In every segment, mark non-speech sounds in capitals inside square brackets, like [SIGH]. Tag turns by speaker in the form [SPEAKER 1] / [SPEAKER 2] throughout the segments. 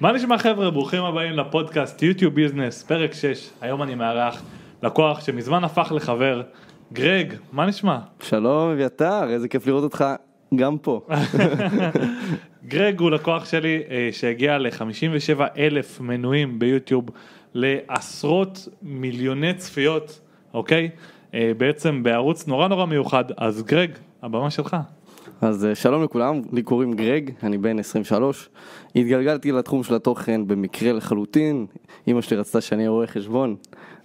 [SPEAKER 1] מה נשמע חבר'ה, ברוכים הבאים לפודקאסט יוטיוב ביזנס, פרק 6, היום אני מארח לקוח שמזמן הפך לחבר, גרג, מה נשמע?
[SPEAKER 2] שלום אביתר, איזה כיף לראות אותך גם פה.
[SPEAKER 1] גרג הוא לקוח שלי אה, שהגיע ל-57 אלף מנויים ביוטיוב, לעשרות מיליוני צפיות, אוקיי? אה, בעצם בערוץ נורא נורא מיוחד, אז גרג, הבמה שלך.
[SPEAKER 2] אז אה, שלום לכולם, לי קוראים גרג, אני בן 23. התגלגלתי לתחום של התוכן במקרה לחלוטין. אמא שלי רצתה שאני אהיה רואה חשבון.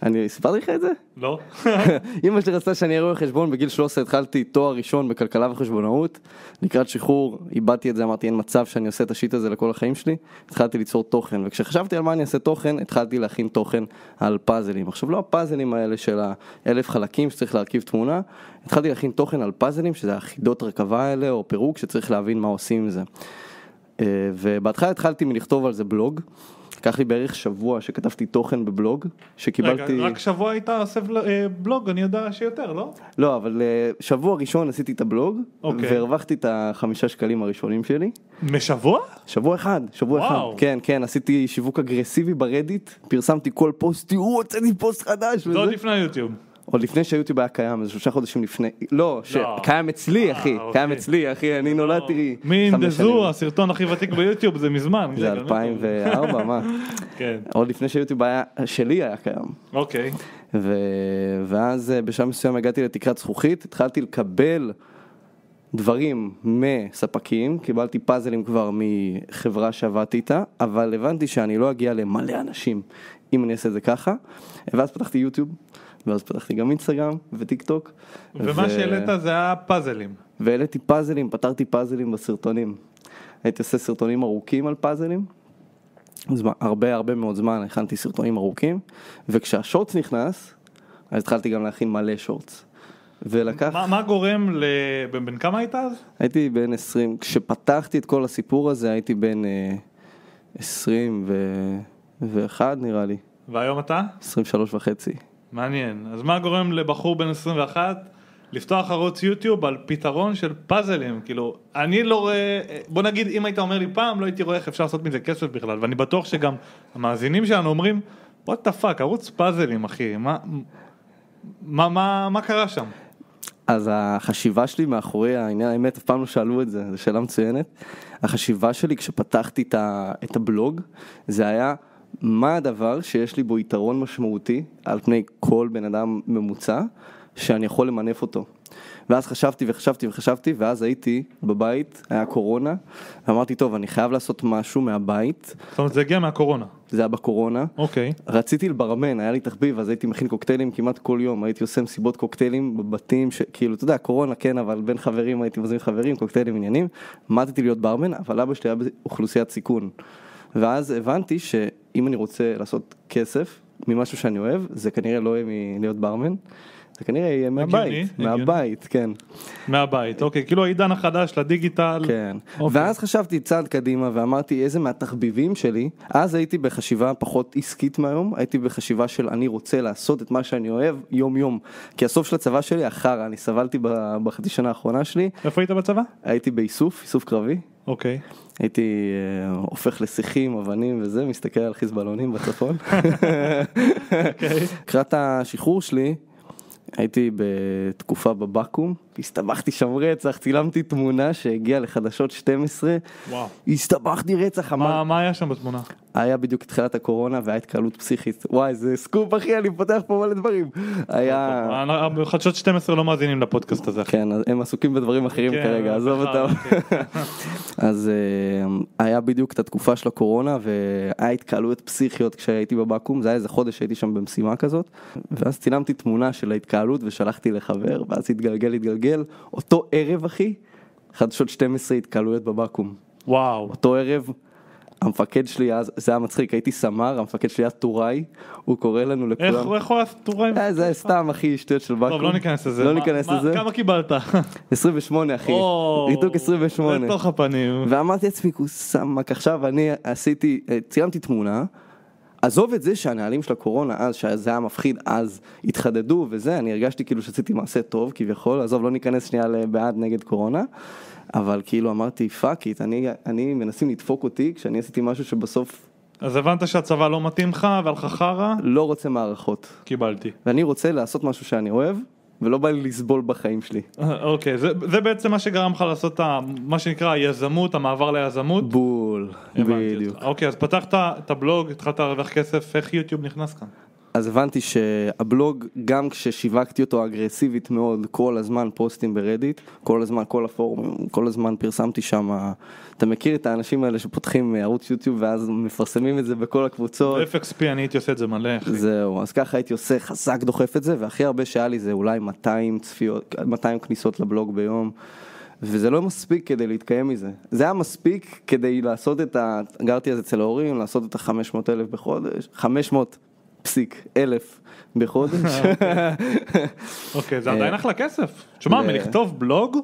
[SPEAKER 2] אני סיפרתי לך את זה?
[SPEAKER 1] לא?
[SPEAKER 2] [LAUGHS] אמא שלי רצתה שאני אהיה רואה חשבון, בגיל 13 התחלתי תואר ראשון בכלכלה וחשבונאות. לקראת שחרור איבדתי את זה, אמרתי אין מצב שאני עושה את השיט הזה לכל החיים שלי. התחלתי ליצור תוכן, וכשחשבתי על מה אני אעשה תוכן, התחלתי להכין תוכן על פאזלים. עכשיו לא הפאזלים האלה של האלף חלקים שצריך להרכיב תמונה, התחלתי להכין תוכן על פאזלים, שזה החידות רכבה האלה, או פירוק, שצריך להבין מה עושים עם זה. אה, ובהתחלה התחלתי מלכתוב על זה בלוג. לקח לי בערך שבוע שכתבתי תוכן בבלוג,
[SPEAKER 1] רגע,
[SPEAKER 2] שקיבלתי...
[SPEAKER 1] רק שבוע היית עושה בל- אה, בלוג, אני יודע שיותר, לא?
[SPEAKER 2] לא, אבל אה, שבוע ראשון עשיתי את הבלוג,
[SPEAKER 1] אוקיי.
[SPEAKER 2] והרווחתי את החמישה שקלים הראשונים שלי.
[SPEAKER 1] משבוע?
[SPEAKER 2] שבוע אחד, שבוע
[SPEAKER 1] וואו.
[SPEAKER 2] אחד. כן, כן, עשיתי שיווק אגרסיבי ברדיט, פרסמתי כל פוסט, תראו, הוצאתי פוסט חדש.
[SPEAKER 1] זה
[SPEAKER 2] וזה.
[SPEAKER 1] עוד לפני היוטיוב.
[SPEAKER 2] עוד לפני שהיוטיוב היה קיים, איזה שלושה חודשים לפני. לא,
[SPEAKER 1] לא.
[SPEAKER 2] שקיים אצלי, אחי,
[SPEAKER 1] אוקיי.
[SPEAKER 2] קיים אצלי, אחי, אני נולדתי
[SPEAKER 1] מי
[SPEAKER 2] חמש שנים.
[SPEAKER 1] אינדזו, הסרטון הכי ותיק ביוטיוב, זה מזמן.
[SPEAKER 2] זה
[SPEAKER 1] רגע, לא טוב.
[SPEAKER 2] 2004, מה?
[SPEAKER 1] כן,
[SPEAKER 2] עוד לפני שהיוטיוב היה- שלי היה קיים.
[SPEAKER 1] אוקיי.
[SPEAKER 2] ו... ואז אה, בשלב מסוים הגעתי לתקרת זכוכית, התחלתי לקבל דברים מספקים, קיבלתי פאזלים כבר מחברה שעבדתי איתה, אבל הבנתי שאני לא אגיע למלא אנשים אם אני אעשה את זה ככה, ואז פתחתי יוטיוב, ואז פתחתי גם אינסטגרם וטיק טוק.
[SPEAKER 1] ומה שהעלית זה היה פאזלים.
[SPEAKER 2] והעליתי פאזלים, פתרתי פאזלים בסרטונים. הייתי עושה סרטונים ארוכים על פאזלים. זמן, הרבה הרבה מאוד זמן הכנתי סרטונים ארוכים, וכשהשורטס נכנס, אז התחלתי גם להכין מלא שורטס. ולקח,
[SPEAKER 1] מה מה גורם ל... בן בן כמה היית אז?
[SPEAKER 2] הייתי בן 20, כשפתחתי את כל הסיפור הזה הייתי בן אה, 21 נראה לי,
[SPEAKER 1] והיום אתה?
[SPEAKER 2] 23 וחצי.
[SPEAKER 1] מעניין. אז מה גורם לבחור בן 21 לפתוח ערוץ יוטיוב על פתרון של פאזלים? כאילו, אני לא רואה... בוא נגיד, אם היית אומר לי פעם, לא הייתי רואה איך אפשר לעשות מזה כסף בכלל, ואני בטוח שגם המאזינים שלנו אומרים, וואט דה פאק, ערוץ פאזלים, אחי, מה... מה, מה, מה קרה שם?
[SPEAKER 2] אז החשיבה שלי מאחורי העניין, האמת אף פעם לא שאלו את זה, זו שאלה מצוינת. החשיבה שלי כשפתחתי את, ה, את הבלוג, זה היה מה הדבר שיש לי בו יתרון משמעותי על פני כל בן אדם ממוצע, שאני יכול למנף אותו. ואז חשבתי וחשבתי וחשבתי, ואז הייתי בבית, היה קורונה, אמרתי, טוב, אני חייב לעשות משהו מהבית,
[SPEAKER 1] זאת אומרת, זה הגיע מהקורונה.
[SPEAKER 2] זה היה בקורונה,
[SPEAKER 1] אוקיי.
[SPEAKER 2] רציתי לברמן, היה לי תחביב, אז הייתי מכין קוקטיילים כמעט כל יום, הייתי עושה מסיבות קוקטיילים בבתים, ש... כאילו, אתה יודע, קורונה כן, אבל בין חברים הייתי מזמין חברים, קוקטיילים עניינים, עמדתי להיות ברמן, אבל אבא שלי היה באוכלוסיית סיכון. ואז הבנתי שאם אני רוצה לעשות כסף ממשהו שאני אוהב, זה כנראה לא יהיה מלהיות ברמן, זה כנראה יהיה
[SPEAKER 1] הגיוני,
[SPEAKER 2] מהבית,
[SPEAKER 1] הגיוני.
[SPEAKER 2] מהבית, כן.
[SPEAKER 1] מהבית, אוקיי, כאילו העידן החדש לדיגיטל.
[SPEAKER 2] כן.
[SPEAKER 1] אוקיי.
[SPEAKER 2] אוקיי. ואז חשבתי צעד קדימה ואמרתי איזה מהתחביבים שלי, אז הייתי בחשיבה פחות עסקית מהיום, הייתי בחשיבה של אני רוצה לעשות את מה שאני אוהב יום יום. כי הסוף של הצבא שלי החרא, אני סבלתי ב- בחצי שנה האחרונה שלי,
[SPEAKER 1] איפה היית בצבא?
[SPEAKER 2] הייתי באיסוף, איסוף קרבי,
[SPEAKER 1] אוקיי.
[SPEAKER 2] הייתי אה, הופך לשיחים, אבנים וזה, מסתכל על חיזבאלונים בצפון. [LAUGHS] לקראת השחרור שלי, הייתי בתקופה בבקו"ם, הסתבכתי שם רצח, צילמתי תמונה שהגיעה לחדשות 12,
[SPEAKER 1] וואו.
[SPEAKER 2] הסתבכתי רצח, אמר,
[SPEAKER 1] מה, מה היה שם בתמונה?
[SPEAKER 2] היה בדיוק תחילת הקורונה והיה התקהלות פסיכית, וואי זה סקופ אחי, אני פותח פה מלא דברים, היה,
[SPEAKER 1] אה, חדשות 12 לא מאזינים לפודקאסט הזה. אחי.
[SPEAKER 2] כן, אז הם עסוקים בדברים אחרים
[SPEAKER 1] כן,
[SPEAKER 2] כרגע, עזוב
[SPEAKER 1] בכלל,
[SPEAKER 2] אותם.
[SPEAKER 1] כן.
[SPEAKER 2] אז אה, היה בדיוק את התקופה של הקורונה והיה התקהלויות פסיכיות כשהייתי בבקו"ם, זה היה איזה חודש שהייתי שם במשימה כזאת, ואז צילמתי תמונה של ההתקהלות ושלחתי לחבר, ואז התגלגל התגלגל, אותו ערב אחי, חדשות 12 התקהלויות בבקו"ם,
[SPEAKER 1] וואו.
[SPEAKER 2] אותו ערב. המפקד שלי אז, זה היה מצחיק, הייתי סמ"ר, המפקד שלי היה טוראי, הוא קורא לנו
[SPEAKER 1] איך
[SPEAKER 2] לכולם.
[SPEAKER 1] איך הוא עשה טוריים?
[SPEAKER 2] אה, זה היה סתם אחי, שטויות של בקו"ם.
[SPEAKER 1] טוב, לא ניכנס לזה.
[SPEAKER 2] לא
[SPEAKER 1] מה-
[SPEAKER 2] ניכנס
[SPEAKER 1] מה-
[SPEAKER 2] לזה.
[SPEAKER 1] כמה קיבלת?
[SPEAKER 2] 28 אחי,
[SPEAKER 1] או,
[SPEAKER 2] בדיוק 28.
[SPEAKER 1] לתוך הפנים.
[SPEAKER 2] ואמרתי לעצמי, הוא סמק, עכשיו אני עשיתי, אה, צילמתי תמונה, עזוב את זה שהנהלים של הקורונה אז, שזה היה מפחיד אז, התחדדו וזה, אני הרגשתי כאילו שעשיתי מעשה טוב כביכול, עזוב לא ניכנס שנייה לבעד נגד קורונה, אבל כאילו אמרתי פאק איט, אני, אני מנסים לדפוק אותי כשאני עשיתי משהו שבסוף
[SPEAKER 1] אז הבנת שהצבא לא מתאים לך והיה לך חרא,
[SPEAKER 2] לא רוצה מערכות,
[SPEAKER 1] קיבלתי.
[SPEAKER 2] ואני רוצה לעשות משהו שאני אוהב, ולא בא לי לסבול בחיים שלי.
[SPEAKER 1] אה, אוקיי, זה, זה בעצם מה שגרם לך לעשות את ה- מה שנקרא היזמות, המעבר ליזמות.
[SPEAKER 2] בול,
[SPEAKER 1] הבנתי
[SPEAKER 2] בדיוק.
[SPEAKER 1] אותך. אוקיי, אז פתחת את הבלוג, התחלת להרוויח כסף, איך יוטיוב נכנס כאן?
[SPEAKER 2] אז הבנתי שהבלוג, גם כששיווקתי אותו אגרסיבית מאוד, כל הזמן פוסטים ברדיט, כל הזמן, כל הפורומים, כל הזמן פרסמתי שם, אתה מכיר את האנשים האלה שפותחים אה, ערוץ יוטיוב ואז מפרסמים את זה בכל הקבוצות?
[SPEAKER 1] FXP אני הייתי עושה את זה מלא, אחי.
[SPEAKER 2] זהו, אז ככה הייתי עושה חזק דוחף את זה, והכי הרבה שהיה לי זה אולי 200 צפיות, 200 כניסות לבלוג ביום, וזה לא מספיק כדי להתקיים מזה. זה היה מספיק כדי לעשות את ה... גרתי אז אצל ההורים, לעשות את ה-500 אלף בחודש, 500 פסיק אלף בחודש.
[SPEAKER 1] אוקיי, זה
[SPEAKER 2] אה,
[SPEAKER 1] עדיין אחלה כסף. תשמע,
[SPEAKER 2] ו-
[SPEAKER 1] מלכתוב בלוג,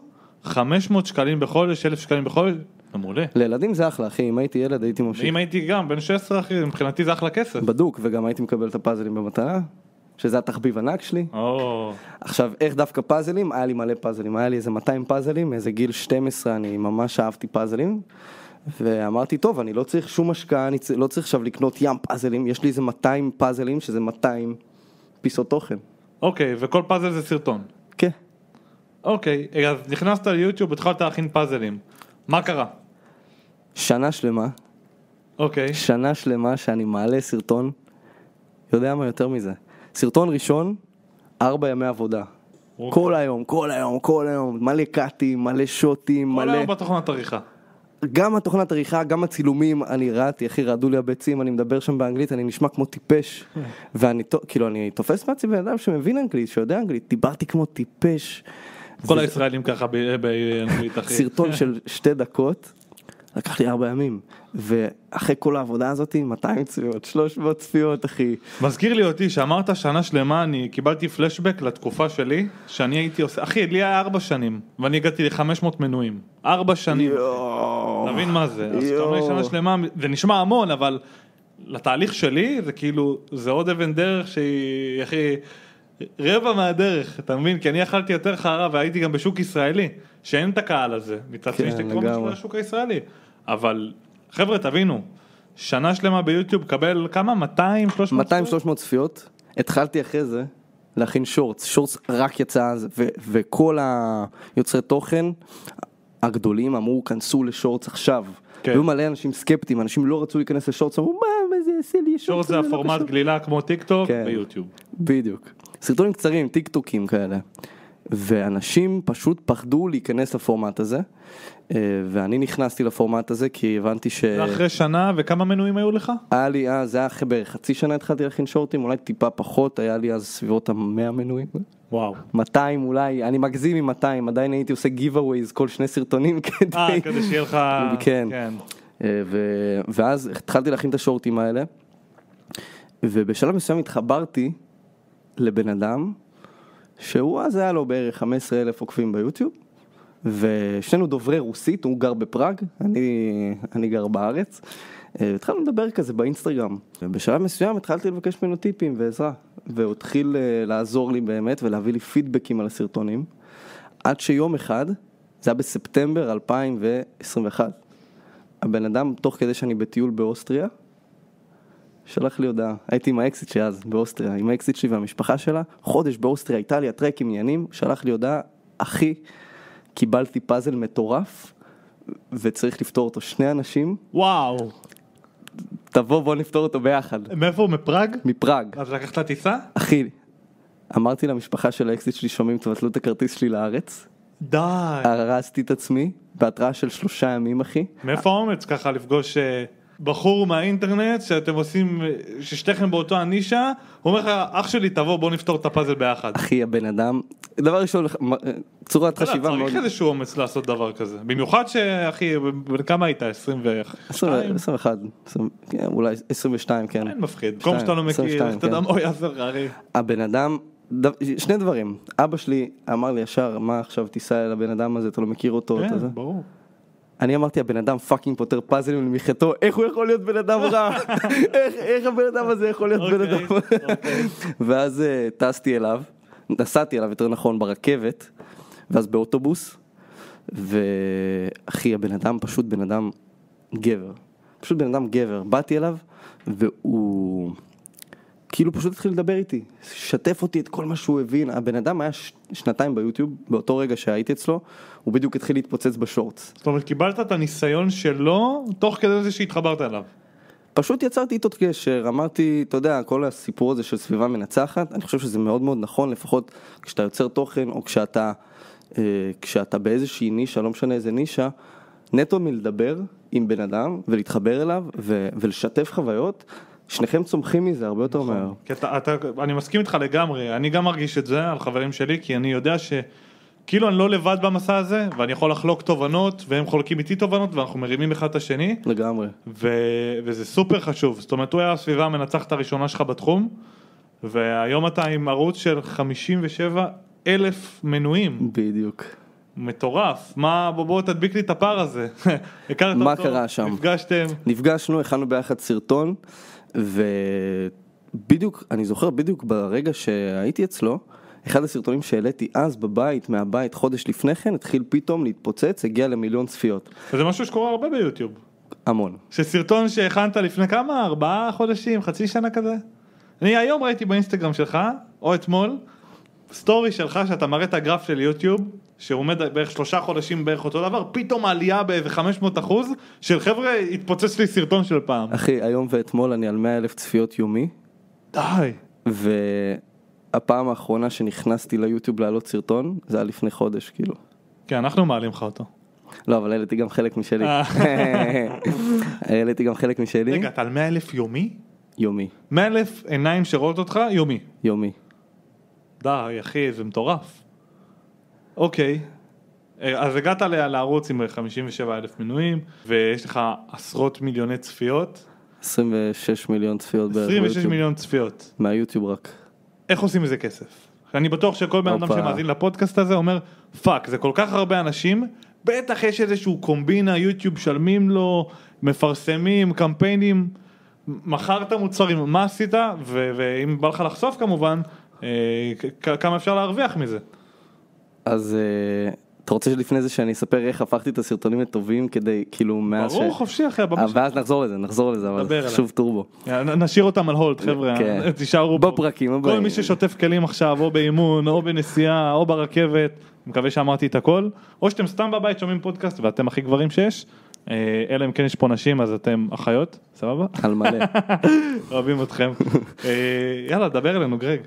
[SPEAKER 1] 500 שקלים בחודש, 1,000 שקלים בחודש, זה מעולה.
[SPEAKER 2] [LAUGHS] לילדים זה אחלה, אחי, אם הייתי ילד הייתי ממשיך.
[SPEAKER 1] אם הייתי גם בן 16 אחי, מבחינתי זה אחלה כסף.
[SPEAKER 2] בדוק, וגם הייתי מקבל את הפאזלים במתנה, שזה התחביב ענק שלי.
[SPEAKER 1] או,
[SPEAKER 2] עכשיו, איך דווקא פאזלים? היה לי מלא פאזלים, היה לי איזה 200 פאזלים, מאיזה גיל 12 אני ממש אהבתי פאזלים. ואמרתי, טוב, אני לא צריך שום השקעה, אני צ- לא צריך עכשיו לקנות ים פאזלים, יש לי איזה 200 פאזלים, שזה 200 פיסות תוכן.
[SPEAKER 1] אוקיי, וכל פאזל זה סרטון.
[SPEAKER 2] כן.
[SPEAKER 1] אוקיי, אז נכנסת ליוטיוב, התחלת להכין פאזלים. מה קרה?
[SPEAKER 2] שנה שלמה,
[SPEAKER 1] אוקיי,
[SPEAKER 2] שנה שלמה שאני מעלה סרטון, יודע מה יותר מזה. סרטון ראשון, ארבע ימי עבודה.
[SPEAKER 1] אוקיי.
[SPEAKER 2] כל היום, כל היום, כל היום, מלא קאטים, מלא שוטים,
[SPEAKER 1] כל
[SPEAKER 2] מלא...
[SPEAKER 1] היום בתוכנת עריכה.
[SPEAKER 2] גם התוכנת עריכה, גם הצילומים, אני רעתי, אחי, רעדו לי הביצים, אני מדבר שם באנגלית, אני נשמע כמו טיפש. ואני, ת- כאילו, אני תופס מעצמי בן אדם שמבין אנגלית, שיודע אנגלית, דיברתי כמו טיפש.
[SPEAKER 1] כל הישראלים ככה ב- באנגלית אחי.
[SPEAKER 2] סרטון של שתי דקות, לקח לי ארבע ימים. ואחרי כל העבודה הזאת, 200 צפיות, 300 צפיות, אחי.
[SPEAKER 1] מזכיר לי אותי שאמרת שנה שלמה אני קיבלתי פלשבק לתקופה שלי שאני הייתי עושה אחי לי היה ארבע שנים ואני הגעתי ל-500 מנויים ארבע שנים
[SPEAKER 2] יואו.
[SPEAKER 1] תבין מה זה אז כשאתה אומר לי
[SPEAKER 2] יואו.
[SPEAKER 1] שנה שלמה זה נשמע המון אבל לתהליך שלי זה כאילו זה עוד אבן דרך שהיא הכי רבע מהדרך אתה מבין כי אני אכלתי יותר חרא והייתי גם בשוק ישראלי שאין את הקהל הזה מצד
[SPEAKER 2] כן,
[SPEAKER 1] שני יש לי כבר משהו
[SPEAKER 2] לגמרי.
[SPEAKER 1] לשוק הישראלי אבל חבר'ה תבינו שנה שלמה ביוטיוב קבל כמה 200 300
[SPEAKER 2] 200-300 צפיות, התחלתי אחרי זה להכין שורטס, שורטס רק יצא אז, ו- וכל היוצרי תוכן הגדולים אמרו כנסו לשורטס עכשיו.
[SPEAKER 1] כן.
[SPEAKER 2] כן. היו מלא אנשים סקפטיים, אנשים לא רצו להיכנס לשורטס, אמרו מה, מה זה יעשה לי,
[SPEAKER 1] שורט
[SPEAKER 2] שורטס
[SPEAKER 1] זה
[SPEAKER 2] הזה לא
[SPEAKER 1] הפורמט
[SPEAKER 2] קשור."
[SPEAKER 1] גלילה כמו טיק טוק
[SPEAKER 2] כן.
[SPEAKER 1] ביוטיוב.
[SPEAKER 2] בדיוק. סרטונים קצרים, טיק טוקים כאלה. ואנשים פשוט פחדו להיכנס לפורמט הזה, אה, ואני נכנסתי לפורמט הזה כי הבנתי ש...
[SPEAKER 1] אחרי שנה וכמה מנויים היו לך?
[SPEAKER 2] היה לי אז, זה היה אחרי בערך חצי שנה התחלתי להכין שורטים, אולי טיפה פחות, היה לי אז סביבות המאה מנויים.
[SPEAKER 1] וואו.
[SPEAKER 2] 200 אולי, אני מגזים עם 200, עדיין הייתי עושה giveaways כל שני סרטונים כדי...
[SPEAKER 1] אה כדי שיהיה לך...
[SPEAKER 2] [LAUGHS] כן. אה, ו... ואז התחלתי להכין את השורטים האלה, ובשלב מסוים התחברתי לבן אדם, שהוא אז היה לו בערך 15 אלף עוקבים ביוטיוב, ושנינו דוברי רוסית, הוא גר בפראג, אני, אני גר בארץ. אה, התחלנו לדבר כזה באינסטגרם, ובשלב מסוים התחלתי לבקש ממנו טיפים ועזרה, והוא התחיל אה, לעזור לי באמת ולהביא לי פידבקים על הסרטונים, עד שיום אחד, זה היה בספטמבר 2021, הבן אדם, תוך כדי שאני בטיול באוסטריה, שלח לי הודעה, הייתי עם האקסיט שלי אז, באוסטריה, עם האקסיט שלי והמשפחה שלה, חודש באוסטריה, איטליה, טרק עניינים, שלח לי הודעה, אחי, קיבלתי פאזל מטורף, וצריך לפתור אותו שני אנשים,
[SPEAKER 1] וואו.
[SPEAKER 2] תבוא בוא נפתור אותו ביחד,
[SPEAKER 1] מאיפה הוא? מפראג?
[SPEAKER 2] מפראג.
[SPEAKER 1] אז לקחת טיסה?
[SPEAKER 2] אחי, אמרתי למשפחה של האקסיט שלי, שומעים, תבטלו את הכרטיס שלי לארץ,
[SPEAKER 1] די.
[SPEAKER 2] הרסתי את עצמי, בהתראה של שלושה ימים, אחי,
[SPEAKER 1] מאיפה האומץ ככה לפגוש אה, בחור מהאינטרנט שאתם עושים, אה, ששתיכם באותו הנישה, הוא אומר לך אח שלי תבוא בוא נפתור את הפאזל ביחד.
[SPEAKER 2] אחי הבן אדם, דבר ראשון, אה, צורת
[SPEAKER 1] אתה יודע,
[SPEAKER 2] חשיבה מאוד...
[SPEAKER 1] צריך איזשהו אומץ לעשות דבר כזה. במיוחד שאחי, בן כמה היית? 22?
[SPEAKER 2] 21, עשרים- כן, אולי 22, כן.
[SPEAKER 1] אין מפחיד. במקום שאתה לא מכיר,
[SPEAKER 2] 22,
[SPEAKER 1] איך אתה יודע
[SPEAKER 2] כן.
[SPEAKER 1] מה הוא יעשה לך אחי.
[SPEAKER 2] הבן אדם, ד- שני דברים, אבא שלי אמר לי ישר, מה עכשיו תיסע אל הבן אדם הזה, אתה לא מכיר אותו, אתה זה.
[SPEAKER 1] כן, ברור.
[SPEAKER 2] אני אמרתי הבן אדם פאקינג פותר פאזלים למחייתו, איך הוא יכול להיות בן אדם
[SPEAKER 1] [LAUGHS]
[SPEAKER 2] רע? איך, איך הבן אדם הזה יכול להיות בן
[SPEAKER 1] אוקיי,
[SPEAKER 2] אדם רע? ואז אה, טסתי אליו, נסעתי אליו יותר נכון ברכבת, ואז באוטובוס, ואחי הבן אדם פשוט בן אדם גבר, פשוט בן אדם גבר, באתי אליו והוא כאילו פשוט התחיל לדבר איתי, שתף אותי את כל מה שהוא הבין, הבן אדם היה ש... שנתיים ביוטיוב, באותו רגע שהייתי אצלו, הוא בדיוק התחיל להתפוצץ בשורטס,
[SPEAKER 1] זאת אומרת קיבלת את הניסיון שלו תוך כדי זה שהתחברת אליו.
[SPEAKER 2] פשוט יצרתי איתו קשר, אמרתי, אתה יודע, כל הסיפור הזה של סביבה מנצחת, אני חושב שזה מאוד מאוד נכון, לפחות כשאתה יוצר תוכן או כשאתה, אה, כשאתה באיזושהי נישה, לא משנה איזה נישה, נטו מלדבר עם בן אדם ולהתחבר אליו ו- ולשתף חוויות, שניכם צומחים מזה הרבה יותר מהר.
[SPEAKER 1] כי אתה, אתה, אני מסכים איתך לגמרי, אני גם מרגיש את זה על חברים שלי, כי אני יודע שכאילו אני לא לבד במסע הזה, ואני יכול לחלוק תובנות, והם חולקים איתי תובנות, ואנחנו מרימים אחד את השני,
[SPEAKER 2] לגמרי.
[SPEAKER 1] ו, וזה סופר חשוב. זאת אומרת, הוא היה הסביבה המנצחת הראשונה שלך בתחום, והיום אתה עם ערוץ של 57 אלף מנויים,
[SPEAKER 2] בדיוק.
[SPEAKER 1] מטורף. מה, בוא, בוא תדביק לי את הפער הזה. [LAUGHS] הכרת
[SPEAKER 2] מה
[SPEAKER 1] אותו,
[SPEAKER 2] קרה שם?
[SPEAKER 1] נפגשתם,
[SPEAKER 2] נפגשנו, הכנו ביחד סרטון, ובדיוק, אני זוכר בדיוק ברגע שהייתי אצלו, אחד הסרטונים שהעליתי אז בבית, מהבית, חודש לפני כן, התחיל פתאום להתפוצץ, הגיע למיליון צפיות.
[SPEAKER 1] וזה משהו שקורה הרבה ביוטיוב.
[SPEAKER 2] המון.
[SPEAKER 1] שסרטון שהכנת לפני כמה? ארבעה חודשים? חצי שנה כזה? אני היום ראיתי באינסטגרם שלך, או אתמול, סטורי שלך שאתה מראה את הגרף של יוטיוב, שעומד בערך שלושה חודשים בערך אותו דבר, פתאום עלייה באיזה 500 אחוז, של חבר'ה התפוצץ לי סרטון של פעם.
[SPEAKER 2] אחי, היום ואתמול אני על 100 אלף צפיות יומי,
[SPEAKER 1] די.
[SPEAKER 2] והפעם האחרונה שנכנסתי ליוטיוב להעלות סרטון, זה היה לפני חודש, כאילו.
[SPEAKER 1] כן, אנחנו מעלים לך אותו.
[SPEAKER 2] לא, אבל העליתי גם חלק משלי.
[SPEAKER 1] אה.
[SPEAKER 2] [LAUGHS] העליתי גם חלק משלי,
[SPEAKER 1] רגע, אתה על 100 אלף יומי?
[SPEAKER 2] יומי,
[SPEAKER 1] 100 אלף עיניים שרואות אותך יומי.
[SPEAKER 2] יומי.
[SPEAKER 1] די, אחי, זה מטורף. אוקיי. אה, אז הגעת ל- לערוץ עם 57 אלף מנויים, ויש לך עשרות מיליוני צפיות,
[SPEAKER 2] 26 מיליון צפיות בערך.
[SPEAKER 1] 26
[SPEAKER 2] ביוטיוב.
[SPEAKER 1] מיליון צפיות.
[SPEAKER 2] מהיוטיוב רק.
[SPEAKER 1] איך עושים מזה כסף? אני בטוח שכל בן אדם
[SPEAKER 2] הופה.
[SPEAKER 1] שמאזין לפודקאסט הזה אומר, פאק, זה כל כך הרבה אנשים, בטח יש איזשהו קומבינה, יוטיוב משלמים לו, מפרסמים, קמפיינים, מכרת מוצרים, מה עשית, ו- ואם בא לך לחשוף כמובן, אה, כ- כ- כמה אפשר להרוויח מזה.
[SPEAKER 2] אז אה, אתה רוצה שלפני זה שאני אספר איך הפכתי את הסרטונים לטובים כדי כאילו מאז
[SPEAKER 1] ברור, חופשי אחי, הבמה
[SPEAKER 2] אה, ואז נחזור לזה, נחזור לזה, אבל
[SPEAKER 1] דבר
[SPEAKER 2] זה
[SPEAKER 1] עליי.
[SPEAKER 2] חשוב טורבו.
[SPEAKER 1] יאללה, נשאיר אותם על הולד חבר'ה, אה,
[SPEAKER 2] כן.
[SPEAKER 1] תישארו פה.
[SPEAKER 2] בפרקים
[SPEAKER 1] כל
[SPEAKER 2] הבאים.
[SPEAKER 1] מי ששוטף כלים עכשיו או באימון או בנסיעה או ברכבת, מקווה שאמרתי את הכל, או שאתם סתם בבית שומעים פודקאסט ואתם הכי גברים שיש, אה, אלא אם כן יש פה נשים אז אתם אחיות,
[SPEAKER 2] [LAUGHS]
[SPEAKER 1] סבבה?
[SPEAKER 2] על
[SPEAKER 1] [LAUGHS]
[SPEAKER 2] מלא.
[SPEAKER 1] אוהבים
[SPEAKER 2] [LAUGHS]
[SPEAKER 1] אתכם. אה, יאללה, דבר אלינו גרג.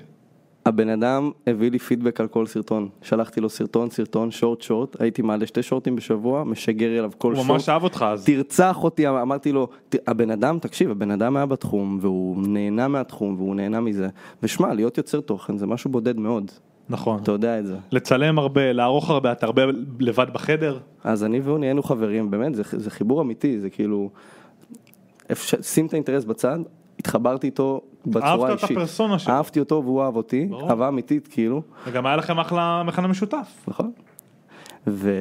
[SPEAKER 2] הבן אדם הביא לי פידבק על כל סרטון. שלחתי לו סרטון, סרטון, שורט, שורט. הייתי מעלה שתי שורטים בשבוע, משגר אליו כל
[SPEAKER 1] הוא
[SPEAKER 2] שורט.
[SPEAKER 1] ממש אהב אותך אז.
[SPEAKER 2] תרצח אותי, אמרתי לו, "ת- הבן אדם, תקשיב, הבן אדם היה בתחום, והוא נהנה מהתחום, והוא נהנה מזה. ושמע, להיות יוצר תוכן זה משהו בודד מאוד,
[SPEAKER 1] נכון.
[SPEAKER 2] אתה יודע את זה.
[SPEAKER 1] לצלם הרבה, לערוך הרבה, אתה הרבה לבד בחדר.
[SPEAKER 2] אז אני והוא נהיינו חברים, באמת, זה, זה חיבור אמיתי, זה כאילו, אפשר, שים את האינטרס בצד, התחברתי איתו בצורה אישית.
[SPEAKER 1] אהבת את הפרסונה שלו.
[SPEAKER 2] אהבתי אותו והוא אהב אותי,
[SPEAKER 1] ברור.
[SPEAKER 2] אהבה אמיתית כאילו,
[SPEAKER 1] וגם היה לכם אחלה מכנה משותף.
[SPEAKER 2] נכון? ו...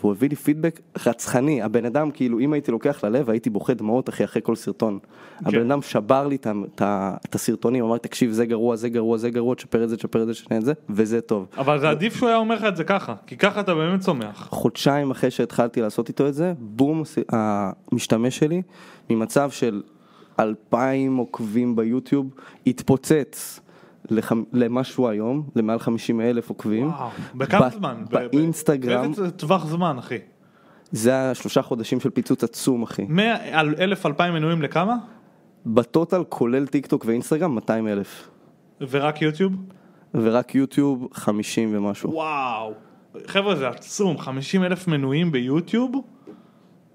[SPEAKER 2] והוא הביא לי פידבק רצחני, הבן אדם כאילו, אם הייתי לוקח ללב הייתי בוכה דמעות אחי אחרי כל סרטון.
[SPEAKER 1] כן.
[SPEAKER 2] הבן אדם שבר לי את ה- את ה- את הסרטונים, אמר תקשיב זה גרוע, זה גרוע, זה גרוע, תשפר את זה, תשפר את זה, תשנה את זה, וזה טוב.
[SPEAKER 1] אבל זה עדיף שהוא היה אומר לך את זה ככה, כי ככה אתה באמת צומח.
[SPEAKER 2] חודשיים אחרי שהתחלתי לעשות איתו את זה, בום, ס- המשתמש שלי, ממצב של אלפיים עוקבים ביוטיוב, התפוצץ לח... למה שהוא היום, למעל חמישים אלף עוקבים.
[SPEAKER 1] וואו, בכמה
[SPEAKER 2] ב-
[SPEAKER 1] זמן? ב- ב-
[SPEAKER 2] באינסטגרם,
[SPEAKER 1] באיזה טווח זמן אחי?
[SPEAKER 2] זה השלושה חודשים של פיצוץ עצום אחי.
[SPEAKER 1] מאה- על אלף אלפיים מנויים לכמה?
[SPEAKER 2] בטוטל כולל טיק טוק ואינסטגרם 200 אלף.
[SPEAKER 1] ורק יוטיוב?
[SPEAKER 2] ורק יוטיוב 50 ומשהו.
[SPEAKER 1] וואו. חבר'ה זה עצום, 50 אלף מנויים ביוטיוב?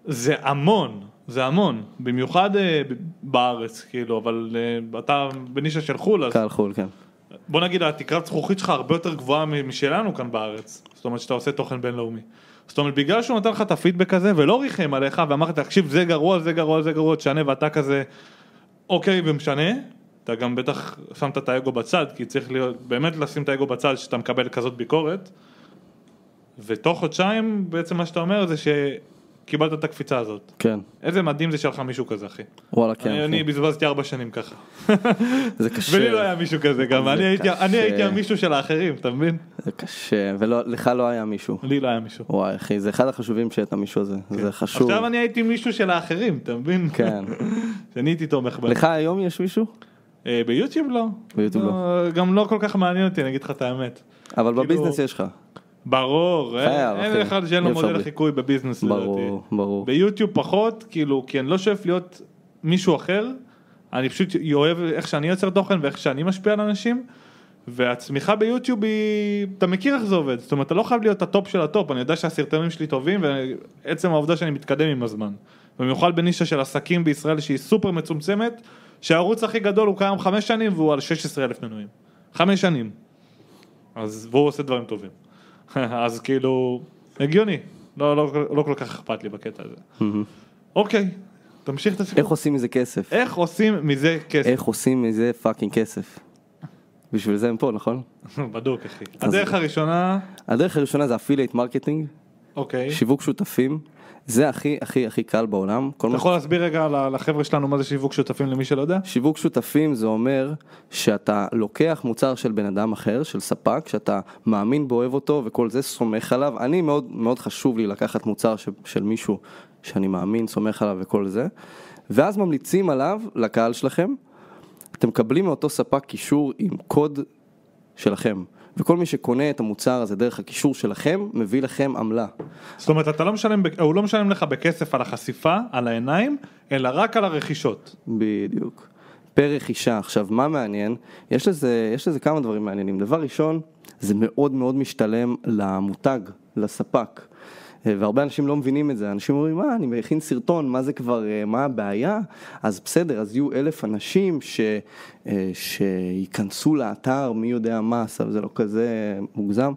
[SPEAKER 1] זה המון, זה המון. במיוחד אה, ב- בארץ כאילו, אבל אה, אתה בנישה של חו"ל אז
[SPEAKER 2] קהל חו"ל, כן.
[SPEAKER 1] בוא נגיד התקרת זכוכית שלך הרבה יותר גבוהה מ- משלנו כאן בארץ, זאת אומרת שאתה עושה תוכן בינלאומי. זאת אומרת בגלל שהוא נתן לך את הפידבק הזה ולא ריחם עליך ואמר לך תקשיב זה גרוע זה גרוע זה גרוע תשנה ואתה כזה אוקיי ומשנה, אתה גם בטח שמת את האגו בצד כי צריך להיות באמת לשים את האגו בצד שאתה מקבל כזאת ביקורת ותוך חודשיים בעצם מה שאתה אומר זה שכאילו קיבלת את הקפיצה הזאת.
[SPEAKER 2] כן,
[SPEAKER 1] איזה מדהים זה שהיה לך מישהו כזה, אחי.
[SPEAKER 2] וואלה כן,
[SPEAKER 1] אני
[SPEAKER 2] אחי.
[SPEAKER 1] אני בזבזתי ארבע שנים ככה.
[SPEAKER 2] זה קשה,
[SPEAKER 1] ולי לא היה מישהו כזה גם,
[SPEAKER 2] זה
[SPEAKER 1] אני הייתי-
[SPEAKER 2] קשה.
[SPEAKER 1] אני הייתי המישהו של האחרים, אתה מבין?
[SPEAKER 2] זה קשה, ולך לא היה מישהו.
[SPEAKER 1] לי לא היה מישהו.
[SPEAKER 2] וואי אחי, זה אחד החשובים שאת המישהו הזה, זה חשוב.
[SPEAKER 1] כן. עכשיו אני הייתי מישהו של האחרים, אתה מבין?
[SPEAKER 2] כן.
[SPEAKER 1] [LAUGHS] שאני הייתי תומך בהם.
[SPEAKER 2] לך היום יש מישהו?
[SPEAKER 1] אה, ביוטיוב לא.
[SPEAKER 2] ביוטיוב
[SPEAKER 1] גם לא כל כך מעניין אותי, אני אגיד לך את האמת.
[SPEAKER 2] אבל
[SPEAKER 1] כאילו-
[SPEAKER 2] בביזנס יש לך.
[SPEAKER 1] ברור,
[SPEAKER 2] חייב,
[SPEAKER 1] אין- אין
[SPEAKER 2] אחי.
[SPEAKER 1] אחד שאין לו
[SPEAKER 2] אי אפשר
[SPEAKER 1] מודל
[SPEAKER 2] בלי.
[SPEAKER 1] לחיקוי בביזנס
[SPEAKER 2] ברור,
[SPEAKER 1] לדעתי.
[SPEAKER 2] ברור.
[SPEAKER 1] ביוטיוב פחות, כאילו, כי אני לא שואף להיות מישהו אחר, אני פשוט אוהב איך שאני יוצר תוכן ואיך שאני משפיע על אנשים, והצמיחה ביוטיוב היא, אתה מכיר איך זה עובד, זאת אומרת, אתה לא חייב להיות הטופ של הטופ, אני יודע שהסרטונים שלי טובים, ועצם העובדה שאני מתקדם עם הזמן. במיוחד בנישה של עסקים בישראל שהיא סופר מצומצמת, שהערוץ הכי גדול הוא קיים חמש שנים והוא על 16 אלף מנויים. חמש שנים. אז, והוא עושה דברים טובים. [LAUGHS] אז כאילו, הגיוני. לא, לא, לא כל כך אכפת לי בקטע הזה. אוקיי, תמשיך את הסיפור.
[SPEAKER 2] איך עושים מזה כסף?
[SPEAKER 1] איך עושים מזה כסף?
[SPEAKER 2] איך עושים מזה פאקינג כסף? בשביל זה הם פה, נכון?
[SPEAKER 1] [LAUGHS] בדוק אחי.
[SPEAKER 2] אז-
[SPEAKER 1] הדרך הראשונה,
[SPEAKER 2] הדרך הראשונה זה אפילייט מרקטינג,
[SPEAKER 1] אוקיי.
[SPEAKER 2] שיווק שותפים, זה הכי הכי הכי קל בעולם. כל
[SPEAKER 1] אתה
[SPEAKER 2] מה
[SPEAKER 1] יכול להסביר רגע ל- לחבר'ה שלנו מה זה שיווק שותפים למי שלא יודע?
[SPEAKER 2] שיווק שותפים זה אומר שאתה לוקח מוצר של בן אדם אחר, של ספק, שאתה מאמין בו, אוהב אותו וכל זה, סומך עליו. אני מאוד מאוד חשוב לי לקחת מוצר ש, של מישהו שאני מאמין, סומך עליו וכל זה, ואז ממליצים עליו לקהל שלכם. אתם מקבלים מאותו ספק קישור עם קוד שלכם, וכל מי שקונה את המוצר הזה דרך הקישור שלכם, מביא לכם עמלה.
[SPEAKER 1] זאת אומרת, אתה לא משלם, ב- הוא לא משלם לך בכסף על החשיפה, על העיניים, אלא רק על הרכישות.
[SPEAKER 2] בדיוק. פר רכישה. עכשיו, מה מעניין? יש לזה, יש לזה כמה דברים מעניינים. דבר ראשון, זה מאוד מאוד משתלם למותג, לספק. אה, והרבה אנשים לא מבינים את זה, אנשים אומרים, מה, אני מכין סרטון, מה זה כבר, אה, מה הבעיה? אז בסדר, אז יהיו אלף אנשים ש, אה, שייכנסו לאתר, מי יודע מה, עכשיו זה לא כזה מוגזם.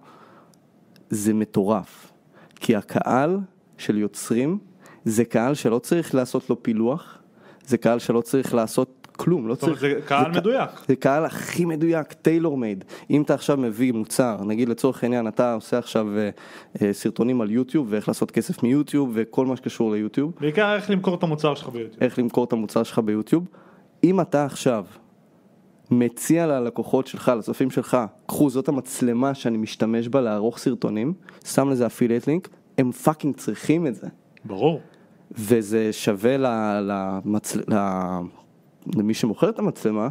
[SPEAKER 2] זה מטורף. כי הקהל של יוצרים זה קהל שלא צריך לעשות לו פילוח, זה קהל שלא צריך לעשות כלום, לא
[SPEAKER 1] זאת אומרת,
[SPEAKER 2] צריך...
[SPEAKER 1] זה קהל
[SPEAKER 2] ק-
[SPEAKER 1] מדויק.
[SPEAKER 2] זה קהל הכי מדויק, טיילור מייד. אם אתה עכשיו מביא מוצר, נגיד לצורך העניין אתה עושה עכשיו אה, אה, סרטונים על יוטיוב ואיך לעשות כסף מיוטיוב וכל מה שקשור ליוטיוב,
[SPEAKER 1] בעיקר איך למכור את המוצר שלך ביוטיוב.
[SPEAKER 2] איך למכור את המוצר שלך ביוטיוב. אם אתה עכשיו מציע ללקוחות שלך, לצופים שלך, קחו זאת המצלמה שאני משתמש בה לערוך סרטונים, שם לזה אפילייט לינק, הם פאקינג צריכים את זה.
[SPEAKER 1] ברור.
[SPEAKER 2] וזה שווה ל, למצל, ל, למי שמוכר את המצלמה,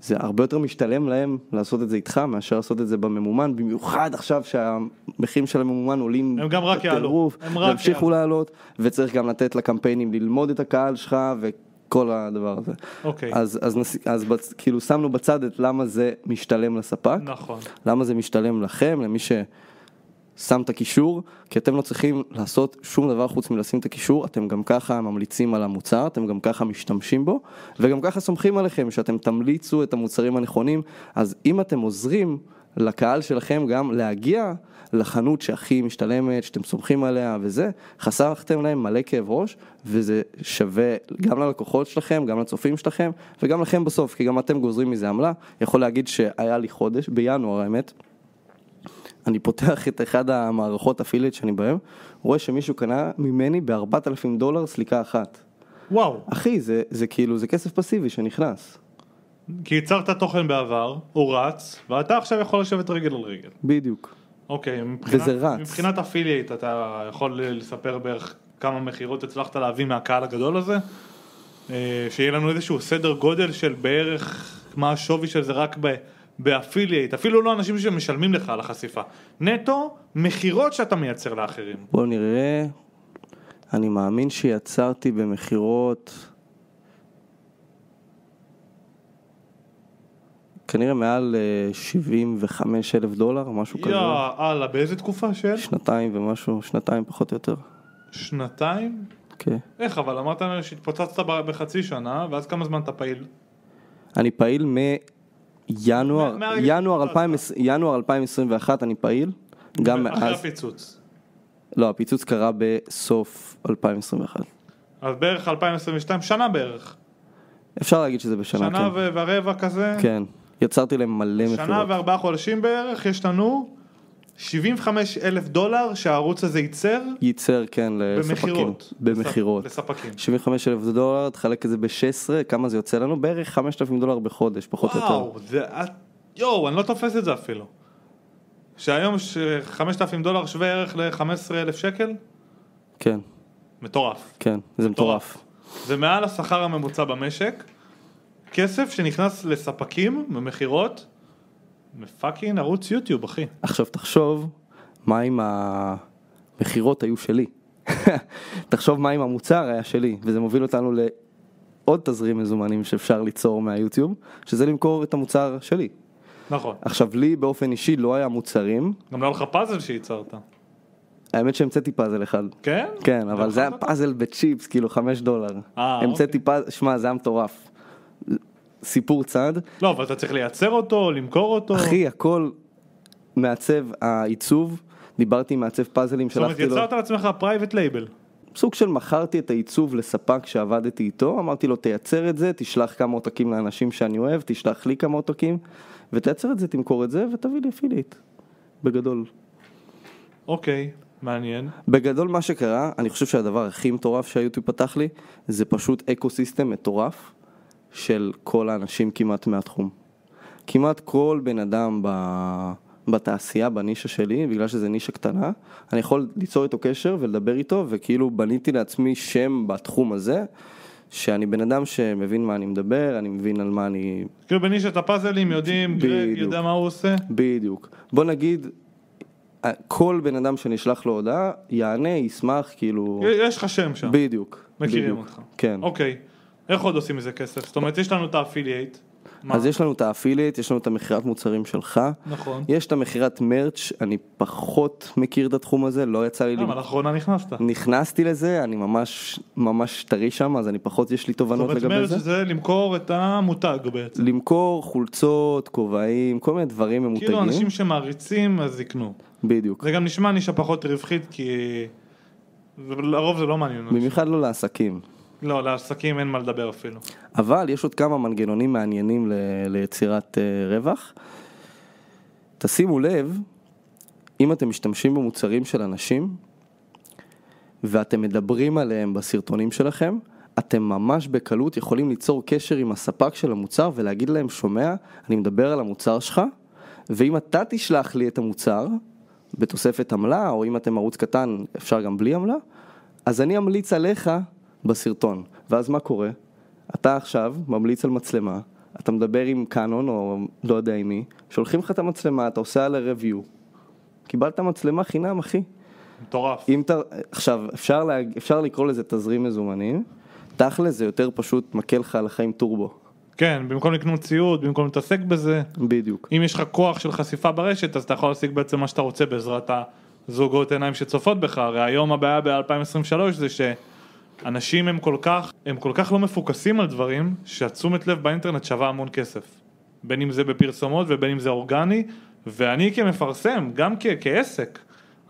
[SPEAKER 2] זה הרבה יותר משתלם להם לעשות את זה איתך מאשר לעשות את זה בממומן, במיוחד עכשיו שהמחירים של הממומן עולים
[SPEAKER 1] הם גם רק יעלו.
[SPEAKER 2] בטירוף,
[SPEAKER 1] הם רק
[SPEAKER 2] ימשיכו
[SPEAKER 1] יעלו.
[SPEAKER 2] לעלות, וצריך גם לתת לקמפיינים ללמוד את הקהל שלך וכל הדבר הזה.
[SPEAKER 1] אוקיי.
[SPEAKER 2] אז, אז, נס- אז בצ- כאילו שמנו בצד את למה זה משתלם לספק,
[SPEAKER 1] נכון.
[SPEAKER 2] למה זה משתלם לכם, למי ששם את הקישור, כי אתם לא צריכים לעשות שום דבר חוץ מלשים את הקישור, אתם גם ככה ממליצים על המוצר, אתם גם ככה משתמשים בו, וגם ככה סומכים עליכם שאתם תמליצו את המוצרים הנכונים, אז אם אתם עוזרים לקהל שלכם גם להגיע לחנות שהכי משתלמת, שאתם סומכים עליה וזה, חסכתם להם מלא כאב ראש, וזה שווה גם ללקוחות שלכם, גם לצופים שלכם, וגם לכם בסוף, כי גם אתם גוזרים מזה עמלה. יכול להגיד שהיה לי חודש, בינואר האמת, אני פותח את אחד המערכות אפילית שאני בהם, רואה שמישהו קנה ממני ב-4,000 דולר סליקה אחת.
[SPEAKER 1] וואו.
[SPEAKER 2] אחי, זה, זה כאילו, זה כסף פסיבי שנכנס.
[SPEAKER 1] כי ייצרת תוכן בעבר, הוא רץ, ואתה עכשיו יכול לשבת רגל על רגל.
[SPEAKER 2] בדיוק.
[SPEAKER 1] אוקיי, מבחינת,
[SPEAKER 2] וזה רץ.
[SPEAKER 1] מבחינת אפילייט אתה יכול לספר בערך כמה מכירות הצלחת להביא מהקהל הגדול הזה? אה, שיהיה לנו איזשהו סדר גודל של בערך מה השווי של זה רק ב- באפילייט, אפילו לא אנשים שמשלמים לך על החשיפה, נטו מכירות שאתה מייצר לאחרים.
[SPEAKER 2] בואו נראה, אני מאמין שיצרתי במכירות... כנראה מעל 75 אלף דולר, משהו
[SPEAKER 1] יא
[SPEAKER 2] כזה,
[SPEAKER 1] אללה, באיזה תקופה של?
[SPEAKER 2] שנתיים ומשהו, שנתיים פחות או יותר,
[SPEAKER 1] שנתיים?
[SPEAKER 2] כן.
[SPEAKER 1] איך אבל אמרת לנו שהתפוצצת ב- בחצי שנה, ואז כמה זמן אתה פעיל?
[SPEAKER 2] אני פעיל מינואר,
[SPEAKER 1] מה- מהרגע
[SPEAKER 2] ינואר,
[SPEAKER 1] שהתפוצצת.
[SPEAKER 2] 2000, ינואר 2021 אני פעיל, גם
[SPEAKER 1] אחרי
[SPEAKER 2] מאז,
[SPEAKER 1] הפיצוץ.
[SPEAKER 2] לא, הפיצוץ קרה בסוף 2021.
[SPEAKER 1] אז בערך 2022, שנה בערך.
[SPEAKER 2] אפשר להגיד שזה בשנה,
[SPEAKER 1] שנה
[SPEAKER 2] כן.
[SPEAKER 1] ו- ורבע כזה.
[SPEAKER 2] כן, יצרתי להם מלא
[SPEAKER 1] שנה
[SPEAKER 2] מכירות,
[SPEAKER 1] וארבעה חודשים בערך יש לנו 75 אלף דולר שהערוץ הזה ייצר
[SPEAKER 2] ייצר כן לספקים.
[SPEAKER 1] במכירות.
[SPEAKER 2] במכירות.
[SPEAKER 1] לספקים.
[SPEAKER 2] 75 אלף דולר, תחלק את זה ב-16, כמה זה יוצא לנו? בערך 5,000 דולר בחודש, פחות או יותר.
[SPEAKER 1] וואו, זה... את- יואו, אני לא תופס את זה אפילו. שהיום ש- 5,000 דולר שווה ערך ל-15,000 שקל?
[SPEAKER 2] כן,
[SPEAKER 1] מטורף.
[SPEAKER 2] כן, זה
[SPEAKER 1] מטורף.
[SPEAKER 2] מטורף.
[SPEAKER 1] זה מעל השכר הממוצע במשק. כסף שנכנס לספקים ממכירות מפאקינג ערוץ יוטיוב, אחי.
[SPEAKER 2] עכשיו תחשוב, מה אם המכירות היו שלי? [LAUGHS] תחשוב מה אם המוצר היה שלי, וזה מוביל אותנו לעוד תזרים מזומנים שאפשר ליצור מהיוטיוב, שזה למכור את המוצר שלי.
[SPEAKER 1] נכון.
[SPEAKER 2] עכשיו לי באופן אישי לא היה מוצרים,
[SPEAKER 1] גם לא היה לך פאזל שייצרת.
[SPEAKER 2] האמת שהמצאתי פאזל אחד.
[SPEAKER 1] כן?
[SPEAKER 2] כן, אבל זה היה
[SPEAKER 1] נכון.
[SPEAKER 2] פאזל בצ'יפס, כאילו חמש דולר.
[SPEAKER 1] אה,
[SPEAKER 2] המצאתי פאזל, שמע, זה היה מטורף. סיפור צד,
[SPEAKER 1] לא, אבל אתה צריך לייצר אותו, למכור אותו.
[SPEAKER 2] אחי, הכל מעצב העיצוב, דיברתי עם מעצב פאזלים,
[SPEAKER 1] זאת אומרת,
[SPEAKER 2] שלחתי לו...
[SPEAKER 1] יצרת לעצמך פרייבט לייבל.
[SPEAKER 2] סוג של מכרתי את העיצוב לספק שעבדתי איתו, אמרתי לו תייצר את זה, תשלח כמה עותקים לאנשים שאני אוהב, תשלח לי כמה עותקים, ותייצר את זה, תמכור את זה, ותביא לי אפילית. בגדול.
[SPEAKER 1] אוקיי, מעניין.
[SPEAKER 2] בגדול מה שקרה, אני חושב שהדבר הכי מטורף שהיוטיוב פתח לי, זה פשוט אקו סיסטם מטורף של כל האנשים כמעט מהתחום. כמעט כל בן אדם ב... בתעשייה, בנישה שלי, בגלל שזה נישה קטנה, אני יכול ליצור איתו קשר ולדבר איתו, וכאילו בניתי לעצמי שם בתחום הזה, שאני בן אדם שמבין מה אני מדבר, אני מבין על מה אני
[SPEAKER 1] כאילו בנישת הפאזלים יודעים, גרג
[SPEAKER 2] בדיוק.
[SPEAKER 1] יודע מה הוא עושה.
[SPEAKER 2] בדיוק. בוא נגיד, אה, כל בן אדם שנשלח לו הודעה, יענה, ישמח, כאילו...
[SPEAKER 1] יש לך שם שם,
[SPEAKER 2] בדיוק.
[SPEAKER 1] כן. מכירים
[SPEAKER 2] בדיוק.
[SPEAKER 1] אותך.
[SPEAKER 2] כן.
[SPEAKER 1] אוקיי, איך עוד עושים מזה כסף? זאת אומרת, יש לנו את האפילייט. מה?
[SPEAKER 2] אז יש לנו את האפילייט, יש לנו את המכירת מוצרים שלך.
[SPEAKER 1] נכון.
[SPEAKER 2] יש את המכירת מרץ', אני פחות מכיר את התחום הזה, לא יצא לי...
[SPEAKER 1] למה
[SPEAKER 2] למ-
[SPEAKER 1] לאחרונה נכנסת? זאת
[SPEAKER 2] נכנסתי לזה, אני ממש ממש טרי שם, אז אני פחות, יש לי תובנות
[SPEAKER 1] אומרת,
[SPEAKER 2] לגבי
[SPEAKER 1] מרץ
[SPEAKER 2] זה.
[SPEAKER 1] זה למכור את המותג בעצם.
[SPEAKER 2] למכור חולצות, כובעים, כל מיני דברים
[SPEAKER 1] כאילו
[SPEAKER 2] ממותגים.
[SPEAKER 1] אנשים שמעריצים אז יקנו.
[SPEAKER 2] בדיוק.
[SPEAKER 1] זה גם נשמע נישה פחות רווחית כי לרוב זה לא מעניין. אותי.
[SPEAKER 2] במיוחד לא לעסקים.
[SPEAKER 1] לא, לעסקים אין מה לדבר אפילו.
[SPEAKER 2] אבל יש עוד כמה מנגנונים מעניינים ל- ליצירת אה, רווח. תשימו לב, אם אתם משתמשים במוצרים של אנשים ואתם מדברים עליהם בסרטונים שלכם, אתם ממש בקלות יכולים ליצור קשר עם הספק של המוצר ולהגיד להם, שומע, אני מדבר על המוצר שלך, ואם אתה תשלח לי את המוצר, בתוספת עמלה, או אם אתם ערוץ קטן, אפשר גם בלי עמלה, אז אני אמליץ עליך בסרטון. ואז מה קורה? אתה עכשיו ממליץ על מצלמה, אתה מדבר עם קאנון או לא יודע עם מי, שולחים לך את המצלמה, אתה עושה עליה review. קיבלת מצלמה חינם, אחי.
[SPEAKER 1] מטורף.
[SPEAKER 2] אם אתה, עכשיו, אפשר, להג... אפשר לקרוא לזה תזרים מזומנים, תכל'ס זה יותר פשוט מכה לך על החיים טורבו.
[SPEAKER 1] כן, במקום לקנות ציוד, במקום להתעסק בזה.
[SPEAKER 2] בדיוק.
[SPEAKER 1] אם יש לך כוח של חשיפה ברשת אז אתה יכול להשיג בעצם מה שאתה רוצה בעזרת הזוגות עיניים שצופות בך הרי היום הבעיה ב-2023 זה שאנשים הם כל כך הם כל כך לא מפוקסים על דברים שהתשומת לב באינטרנט שווה המון כסף בין אם זה בפרסומות ובין אם זה אורגני ואני כמפרסם גם כ- כעסק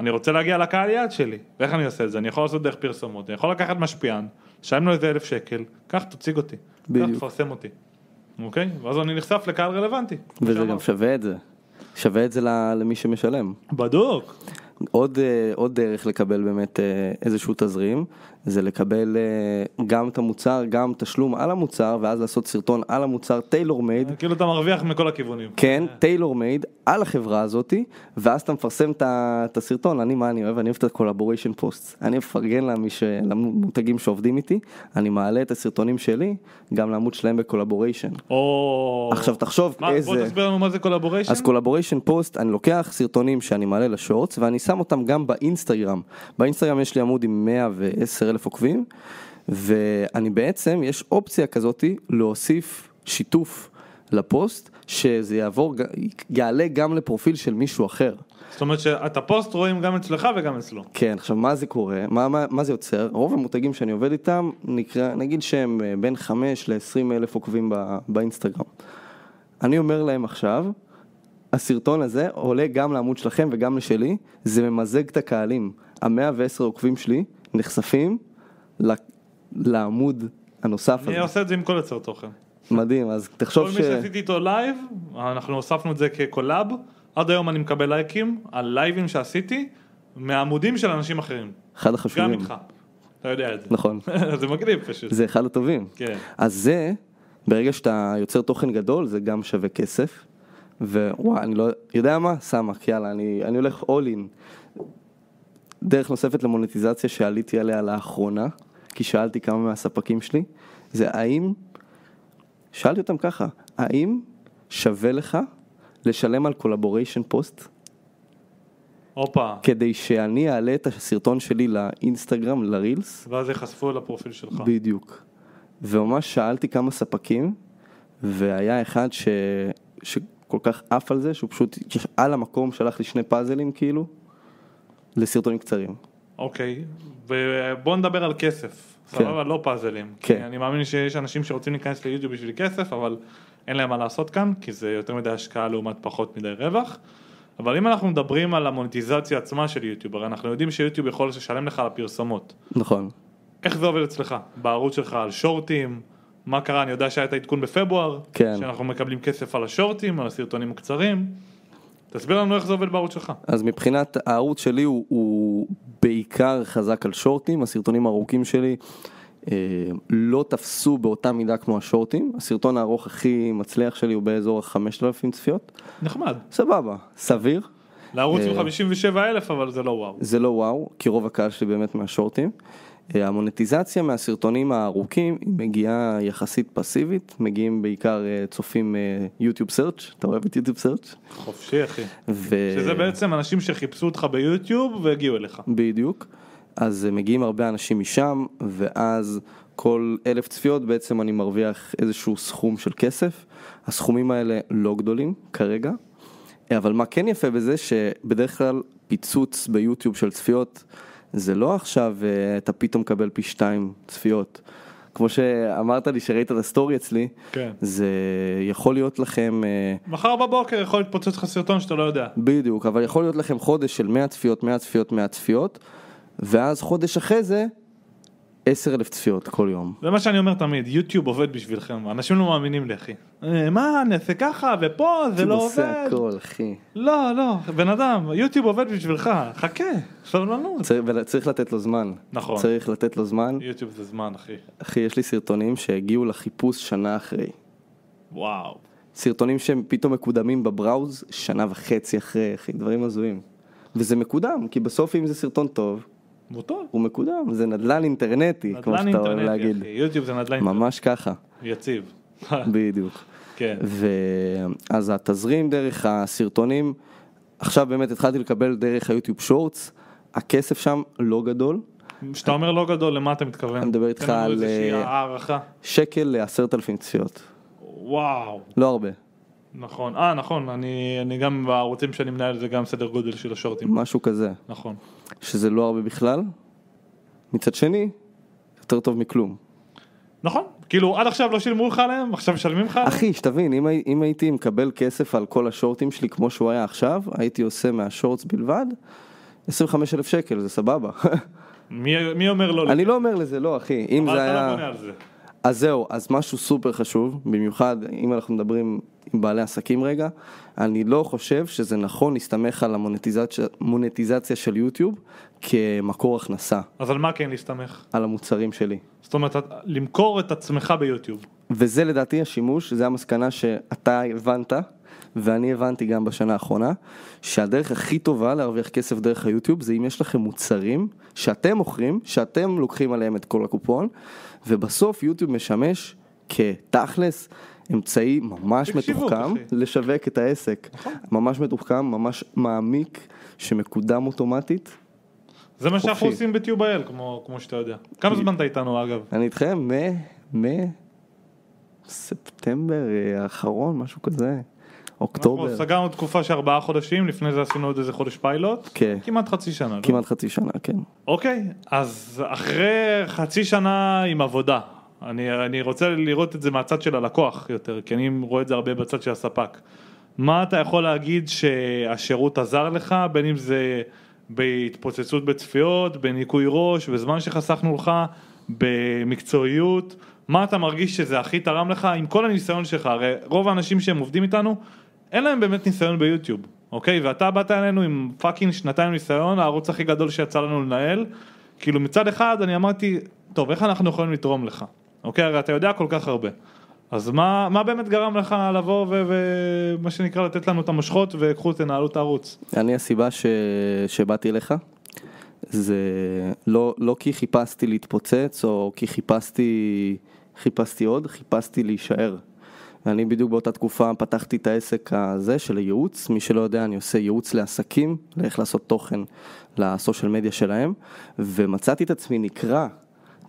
[SPEAKER 1] אני רוצה להגיע לקהל יעד שלי ואיך אני עושה את זה אני יכול לעשות דרך פרסומות אני יכול לקחת משפיען שלם לו איזה אלף שקל קח תציג אותי קח
[SPEAKER 2] בדיוק.
[SPEAKER 1] תפרסם אותי אוקיי? ואז אני נחשף לקהל רלוונטי. כמו
[SPEAKER 2] וזה
[SPEAKER 1] שאמרת.
[SPEAKER 2] גם שווה את זה. שווה את זה ל- למי שמשלם.
[SPEAKER 1] בדוק.
[SPEAKER 2] עוד, אה, עוד דרך לקבל באמת אה, איזשהו תזרים, זה לקבל אה, גם את המוצר, גם תשלום על המוצר, ואז לעשות סרטון על המוצר טיילור מייד.
[SPEAKER 1] כאילו אתה מרוויח מכל הכיוונים.
[SPEAKER 2] כן, טיילור מייד על החברה הזאתי, ואז אתה מפרסם את ה- את הסרטון, אני מה אני אוהב, אני אוהב את הקולבוריישן פוסט, אני מפרגן למי ש- למותגים שעובדים איתי, אני מעלה את הסרטונים שלי, גם לעמוד שלהם בקולבוריישן.
[SPEAKER 1] או...
[SPEAKER 2] עכשיו תחשוב
[SPEAKER 1] מה,
[SPEAKER 2] איזה...
[SPEAKER 1] בוא תסביר לנו מה זה קולבוריישן.
[SPEAKER 2] אז קולבוריישן פוסט, אני לוקח סרטונים שאני מעלה לשורטס ואני שם אותם גם באינסטגרם. באינסטגרם יש לי עמוד עם 110 אלף עוקבים, ואני בעצם, יש אופציה כזאתי להוסיף שיתוף לפוסט, שזה יעבור, ג- יעלה גם לפרופיל של מישהו אחר.
[SPEAKER 1] זאת אומרת שאת הפוסט רואים גם אצלך וגם אצלו.
[SPEAKER 2] כן, עכשיו מה זה קורה? מה, מה, מה זה יוצר? רוב המותגים שאני עובד איתם, נקרא, נגיד שהם אה, בין 5 ל-20 אלף עוקבים ב, באינסטגרם. אני אומר להם עכשיו, הסרטון הזה עולה גם לעמוד שלכם וגם לשלי, זה ממזג את הקהלים. המאה ועשר עוקבים שלי נחשפים ל, לעמוד הנוסף
[SPEAKER 1] אני
[SPEAKER 2] הזה.
[SPEAKER 1] עושה את זה עם כל יוצר תוכן.
[SPEAKER 2] מדהים, אז
[SPEAKER 1] כל
[SPEAKER 2] תחשוב
[SPEAKER 1] מי
[SPEAKER 2] ש...
[SPEAKER 1] שעשיתי איתו לייב, אנחנו הוספנו את זה כקולאב, עד היום אני מקבל לייקים על לייבים שעשיתי מעמודים של אנשים אחרים.
[SPEAKER 2] אחד
[SPEAKER 1] גם
[SPEAKER 2] החשובים.
[SPEAKER 1] איתך. אתה יודע את זה.
[SPEAKER 2] נכון.
[SPEAKER 1] [LAUGHS] זה מגניב פשוט.
[SPEAKER 2] זה אחד הטובים.
[SPEAKER 1] כן.
[SPEAKER 2] אז זה, ברגע שאתה יוצר תוכן גדול, זה גם שווה כסף. ווואי, אני לא יודע מה, סמק, יאללה, אני, אני הולך all in. דרך נוספת למוניטיזציה שעליתי עליה לאחרונה, כי שאלתי כמה מהספקים שלי, זה האם, שאלתי אותם ככה, האם שווה לך לשלם על קולבוריישן פוסט
[SPEAKER 1] הופה.
[SPEAKER 2] כדי שאני אעלה את הסרטון שלי לאינסטגרם, לרילס,
[SPEAKER 1] ואז יחשפו לפרופיל שלך.
[SPEAKER 2] בדיוק. וממש שאלתי כמה ספקים, והיה אחד ש... שכל כך עף על זה, שהוא פשוט על המקום שלח לי שני פאזלים כאילו, לסרטונים קצרים.
[SPEAKER 1] אוקיי. ובוא נדבר על כסף. סבבה? לא פאזלים. כי
[SPEAKER 2] כן.
[SPEAKER 1] אני מאמין שיש אנשים שרוצים להיכנס ליוטיוב בשביל כסף, אבל אין להם מה לעשות כאן, כי זה יותר מדי השקעה לעומת פחות מדי רווח. אבל אם אנחנו מדברים על המוניטיזציה עצמה של יוטיוב, הרי אנחנו יודעים שיוטיוב יכול לשלם לך על הפרסומות.
[SPEAKER 2] נכון.
[SPEAKER 1] איך זה עובד אצלך? בערוץ שלך על שורטים? מה קרה? אני יודע שהיה את העדכון בפברואר,
[SPEAKER 2] כן.
[SPEAKER 1] שאנחנו מקבלים כסף על השורטים, על הסרטונים הקצרים. תסביר לנו איך זה עובד בערוץ שלך.
[SPEAKER 2] אז מבחינת הערוץ שלי הוא, הוא בעיקר חזק על שורטים, הסרטונים הארוכים שלי אה, לא תפסו באותה מידה כמו השורטים, הסרטון הארוך הכי מצליח שלי הוא באזור ה-5,000 צפיות,
[SPEAKER 1] נחמד.
[SPEAKER 2] סבבה, סביר,
[SPEAKER 1] לערוץ עם
[SPEAKER 2] אה.
[SPEAKER 1] 57 אלף, אבל זה לא וואו.
[SPEAKER 2] זה לא וואו, כי רוב הקהל שלי באמת מהשורטים. אה, המונטיזציה מהסרטונים הארוכים היא מגיעה יחסית פסיבית, מגיעים בעיקר אה, צופים יוטיוב סרצ', אתה אוהב את יוטיוב סרצ'?
[SPEAKER 1] חופשי אחי.
[SPEAKER 2] ו...
[SPEAKER 1] שזה בעצם אנשים שחיפשו אותך ביוטיוב והגיעו אליך.
[SPEAKER 2] בדיוק. אז אה, מגיעים הרבה אנשים משם, ואז כל אלף צפיות בעצם אני מרוויח איזשהו סכום של כסף. הסכומים האלה לא גדולים כרגע, אה, אבל מה כן יפה בזה שבדרך כלל פיצוץ ביוטיוב של צפיות זה לא עכשיו אה, אתה פתאום מקבל פי שתיים צפיות. כמו שאמרת לי שראית את הסטורי אצלי,
[SPEAKER 1] כן.
[SPEAKER 2] זה יכול להיות לכם... אה,
[SPEAKER 1] מחר בבוקר יכול להתפוצץ לך סרטון שאתה לא יודע.
[SPEAKER 2] בדיוק, אבל יכול להיות לכם חודש של 100 צפיות, 100 צפיות, 100 צפיות, ואז חודש אחרי זה, 10,000 צפיות כל יום.
[SPEAKER 1] זה מה שאני אומר תמיד, יוטיוב עובד בשבילכם, אנשים לא מאמינים לי אחי. אה, מה, אני אעשה ככה, ופה, זה לא
[SPEAKER 2] עושה
[SPEAKER 1] עובד.
[SPEAKER 2] הכל, אחי.
[SPEAKER 1] לא, לא, בן אדם, יוטיוב עובד בשבילך, חכה, סבלנות.
[SPEAKER 2] צריך, ול- צריך לתת לו זמן.
[SPEAKER 1] נכון.
[SPEAKER 2] צריך לתת לו זמן.
[SPEAKER 1] יוטיוב זה זמן, אחי.
[SPEAKER 2] אחי, יש לי סרטונים שהגיעו לחיפוש שנה אחרי.
[SPEAKER 1] וואו.
[SPEAKER 2] סרטונים שהם פתאום מקודמים בבראוז שנה וחצי אחרי, אחי, דברים הזויים. וזה מקודם, כי בסוף אם זה סרטון טוב,
[SPEAKER 1] הוא טוב.
[SPEAKER 2] הוא מקודם, זה נדל"ן אינטרנטי, כמו
[SPEAKER 1] נדל"ן
[SPEAKER 2] שאתה אוהב
[SPEAKER 1] אינטרנטי,
[SPEAKER 2] להגיד.
[SPEAKER 1] אחי. יוטיוב זה נדל"ן
[SPEAKER 2] ממש ככה,
[SPEAKER 1] אינטרנטי. יציב. [LAUGHS]
[SPEAKER 2] בדיוק.
[SPEAKER 1] כן.
[SPEAKER 2] ואז התזרים דרך הסרטונים, עכשיו באמת התחלתי לקבל דרך היוטיוב שורטס, הכסף שם לא גדול,
[SPEAKER 1] כשאתה אומר לא גדול, למה אתה מתכוון?
[SPEAKER 2] אני מדבר איתך
[SPEAKER 1] תן לנו
[SPEAKER 2] על,
[SPEAKER 1] איזושהי
[SPEAKER 2] אה,
[SPEAKER 1] הערכה.
[SPEAKER 2] שקל לעשרת אלפים צפיות,
[SPEAKER 1] וואו.
[SPEAKER 2] לא הרבה,
[SPEAKER 1] נכון. אה, נכון, אני אני גם בערוצים שאני מנהל זה גם סדר גודל של השורטים.
[SPEAKER 2] משהו כזה,
[SPEAKER 1] נכון.
[SPEAKER 2] שזה לא הרבה בכלל. מצד שני, יותר טוב מכלום.
[SPEAKER 1] נכון. כאילו, עד עכשיו לא שילמו לך עליהם, עכשיו משלמים לך עליהם?
[SPEAKER 2] אחי, שתבין, אם, הי- אם הייתי מקבל כסף על כל השורטים שלי כמו שהוא היה עכשיו, הייתי עושה מהשורטס בלבד, 25 אלף שקל, זה סבבה. [LAUGHS]
[SPEAKER 1] מי- מי אומר לא?
[SPEAKER 2] אני לא אומר לזה, לא אחי, אם
[SPEAKER 1] אבל
[SPEAKER 2] זה
[SPEAKER 1] אתה
[SPEAKER 2] היה...
[SPEAKER 1] לא בונה על זה.
[SPEAKER 2] אז זהו, אז משהו סופר חשוב, במיוחד אם אנחנו מדברים עם בעלי עסקים רגע, אני לא חושב שזה נכון להסתמך על המונטיזציה מונטיזציה של יוטיוב כמקור הכנסה
[SPEAKER 1] אז על מה כן להסתמך?
[SPEAKER 2] על המוצרים שלי.
[SPEAKER 1] זאת אומרת, את- למכור את עצמך ביוטיוב.
[SPEAKER 2] וזה לדעתי השימוש, זה המסקנה שאתה הבנת, ואני הבנתי גם בשנה האחרונה, שהדרך הכי טובה להרוויח כסף דרך היוטיוב זה אם יש לכם מוצרים שאתם מוכרים, שאתם לוקחים עליהם את כל הקופון, ובסוף יוטיוב משמש כתכלס. אמצעי ממש
[SPEAKER 1] תקשיבו,
[SPEAKER 2] מתוחכם
[SPEAKER 1] אחי. נכון.
[SPEAKER 2] לשווק את העסק, ממש מתוחכם, ממש מעמיק, שמקודם אוטומטית.
[SPEAKER 1] זה מה שאנחנו
[SPEAKER 2] חופשי.
[SPEAKER 1] עושים ב-TubeIL, כמו כמו שאתה יודע. כמה זמן אתה איתנו אגב?
[SPEAKER 2] אני איתכם מ... מ... ספטמבר אה, האחרון, משהו כזה,
[SPEAKER 1] אנחנו
[SPEAKER 2] אוקטובר,
[SPEAKER 1] סגרנו תקופה של ארבעה חודשים, לפני זה עשינו עוד איזה חודש פיילוט.
[SPEAKER 2] כן.
[SPEAKER 1] כמעט חצי שנה. לא?
[SPEAKER 2] כמעט חצי שנה, כן.
[SPEAKER 1] אוקיי, אז אחרי חצי שנה עם עבודה, אני, אני רוצה לראות את זה מהצד של הלקוח יותר, כי אני רואה את זה הרבה בצד של הספק. מה אתה יכול להגיד שהשירות עזר לך, בין אם זה בהתפוצצות בצפיות, בניקוי ראש, בזמן שחסכנו לך, במקצועיות, מה אתה מרגיש שזה הכי תרם לך עם כל הניסיון שלך? הרי רוב האנשים שהם עובדים איתנו, אין להם באמת ניסיון ביוטיוב. אוקיי? ואתה באת אלינו עם פאקינג שנתיים ניסיון, הערוץ הכי גדול שיצא לנו לנהל. כאילו מצד אחד אני אמרתי, טוב, איך אנחנו יכולים לתרום לך? אוקיי, הרי אתה יודע כל כך הרבה. אז מה, מה באמת גרם לך לבוא ומה ו- מה שנקרא לתת לנו את המושכות וקחו תנהלו את הערוץ?
[SPEAKER 2] אני הסיבה ש... שבאתי אליך, זה לא, לא כי חיפשתי להתפוצץ או כי חיפשתי, חיפשתי עוד, חיפשתי להישאר. אני בדיוק באותה תקופה פתחתי את העסק הזה של הייעוץ, מי שלא יודע אני עושה ייעוץ לעסקים, לאיך לעשות תוכן לסושיאל מדיה שלהם, ומצאתי את עצמי נקרע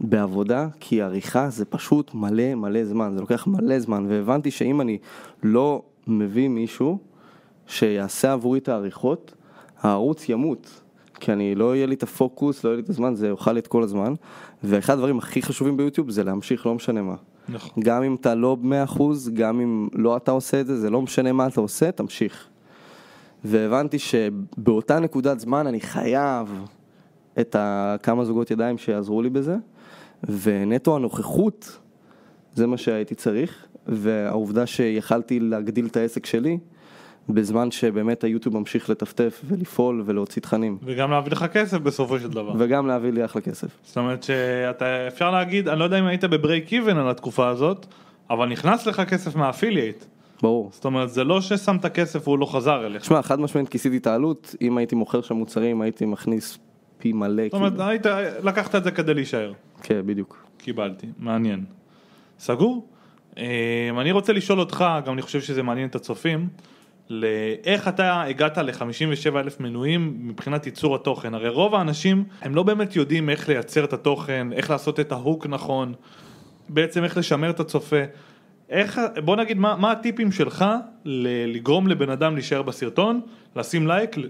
[SPEAKER 2] בעבודה, כי עריכה זה פשוט מלא מלא זמן, זה לוקח מלא זמן, והבנתי שאם אני לא מביא מישהו שיעשה עבורי את העריכות, הערוץ ימות. כי אני לא יהיה לי את הפוקוס, לא יהיה לי את הזמן, זה אוכל לי את כל הזמן. ואחד הדברים הכי חשובים ביוטיוב זה להמשיך לא משנה מה.
[SPEAKER 1] נכון.
[SPEAKER 2] גם אם אתה לא ב-100%, גם אם לא אתה עושה את זה, זה לא משנה מה אתה עושה, תמשיך. והבנתי שבאותה נקודת זמן אני חייב את ה- כמה זוגות ידיים שיעזרו לי בזה, ונטו הנוכחות, זה מה שהייתי צריך, והעובדה שיכלתי להגדיל את העסק שלי, בזמן שבאמת היוטיוב ממשיך לטפטף ולפעול ולהוציא תכנים,
[SPEAKER 1] וגם להביא לך כסף בסופו של דבר.
[SPEAKER 2] וגם להביא לי אחלה כסף.
[SPEAKER 1] זאת אומרת שאתה אפשר להגיד, אני לא יודע אם היית בברייק איבן על התקופה הזאת, אבל נכנס לך כסף מהאפילייט.
[SPEAKER 2] ברור.
[SPEAKER 1] זאת אומרת, זה לא ששמת כסף והוא לא חזר אליך. זאת
[SPEAKER 2] שמע, חד משמעית כיסיתי את העלות, אם הייתי מוכר שם מוצרים הייתי מכניס פי מלא,
[SPEAKER 1] אומרת,
[SPEAKER 2] כאילו.
[SPEAKER 1] היית, לקחת את זה כדי להישאר.
[SPEAKER 2] כן, בדיוק.
[SPEAKER 1] קיבלתי, מעניין. סגור? אמ, אני רוצה לשאול אותך, גם אני חושב שזה מעניין את הצופים, לאיך אתה הגעת ל-57 אלף מנויים מבחינת ייצור התוכן? הרי רוב האנשים הם לא באמת יודעים איך לייצר את התוכן, איך לעשות את ההוק נכון, בעצם איך לשמר את הצופה. איך, בוא נגיד מה, מה הטיפים שלך ל- לגרום לבן אדם להישאר בסרטון, לשים לייק, ל-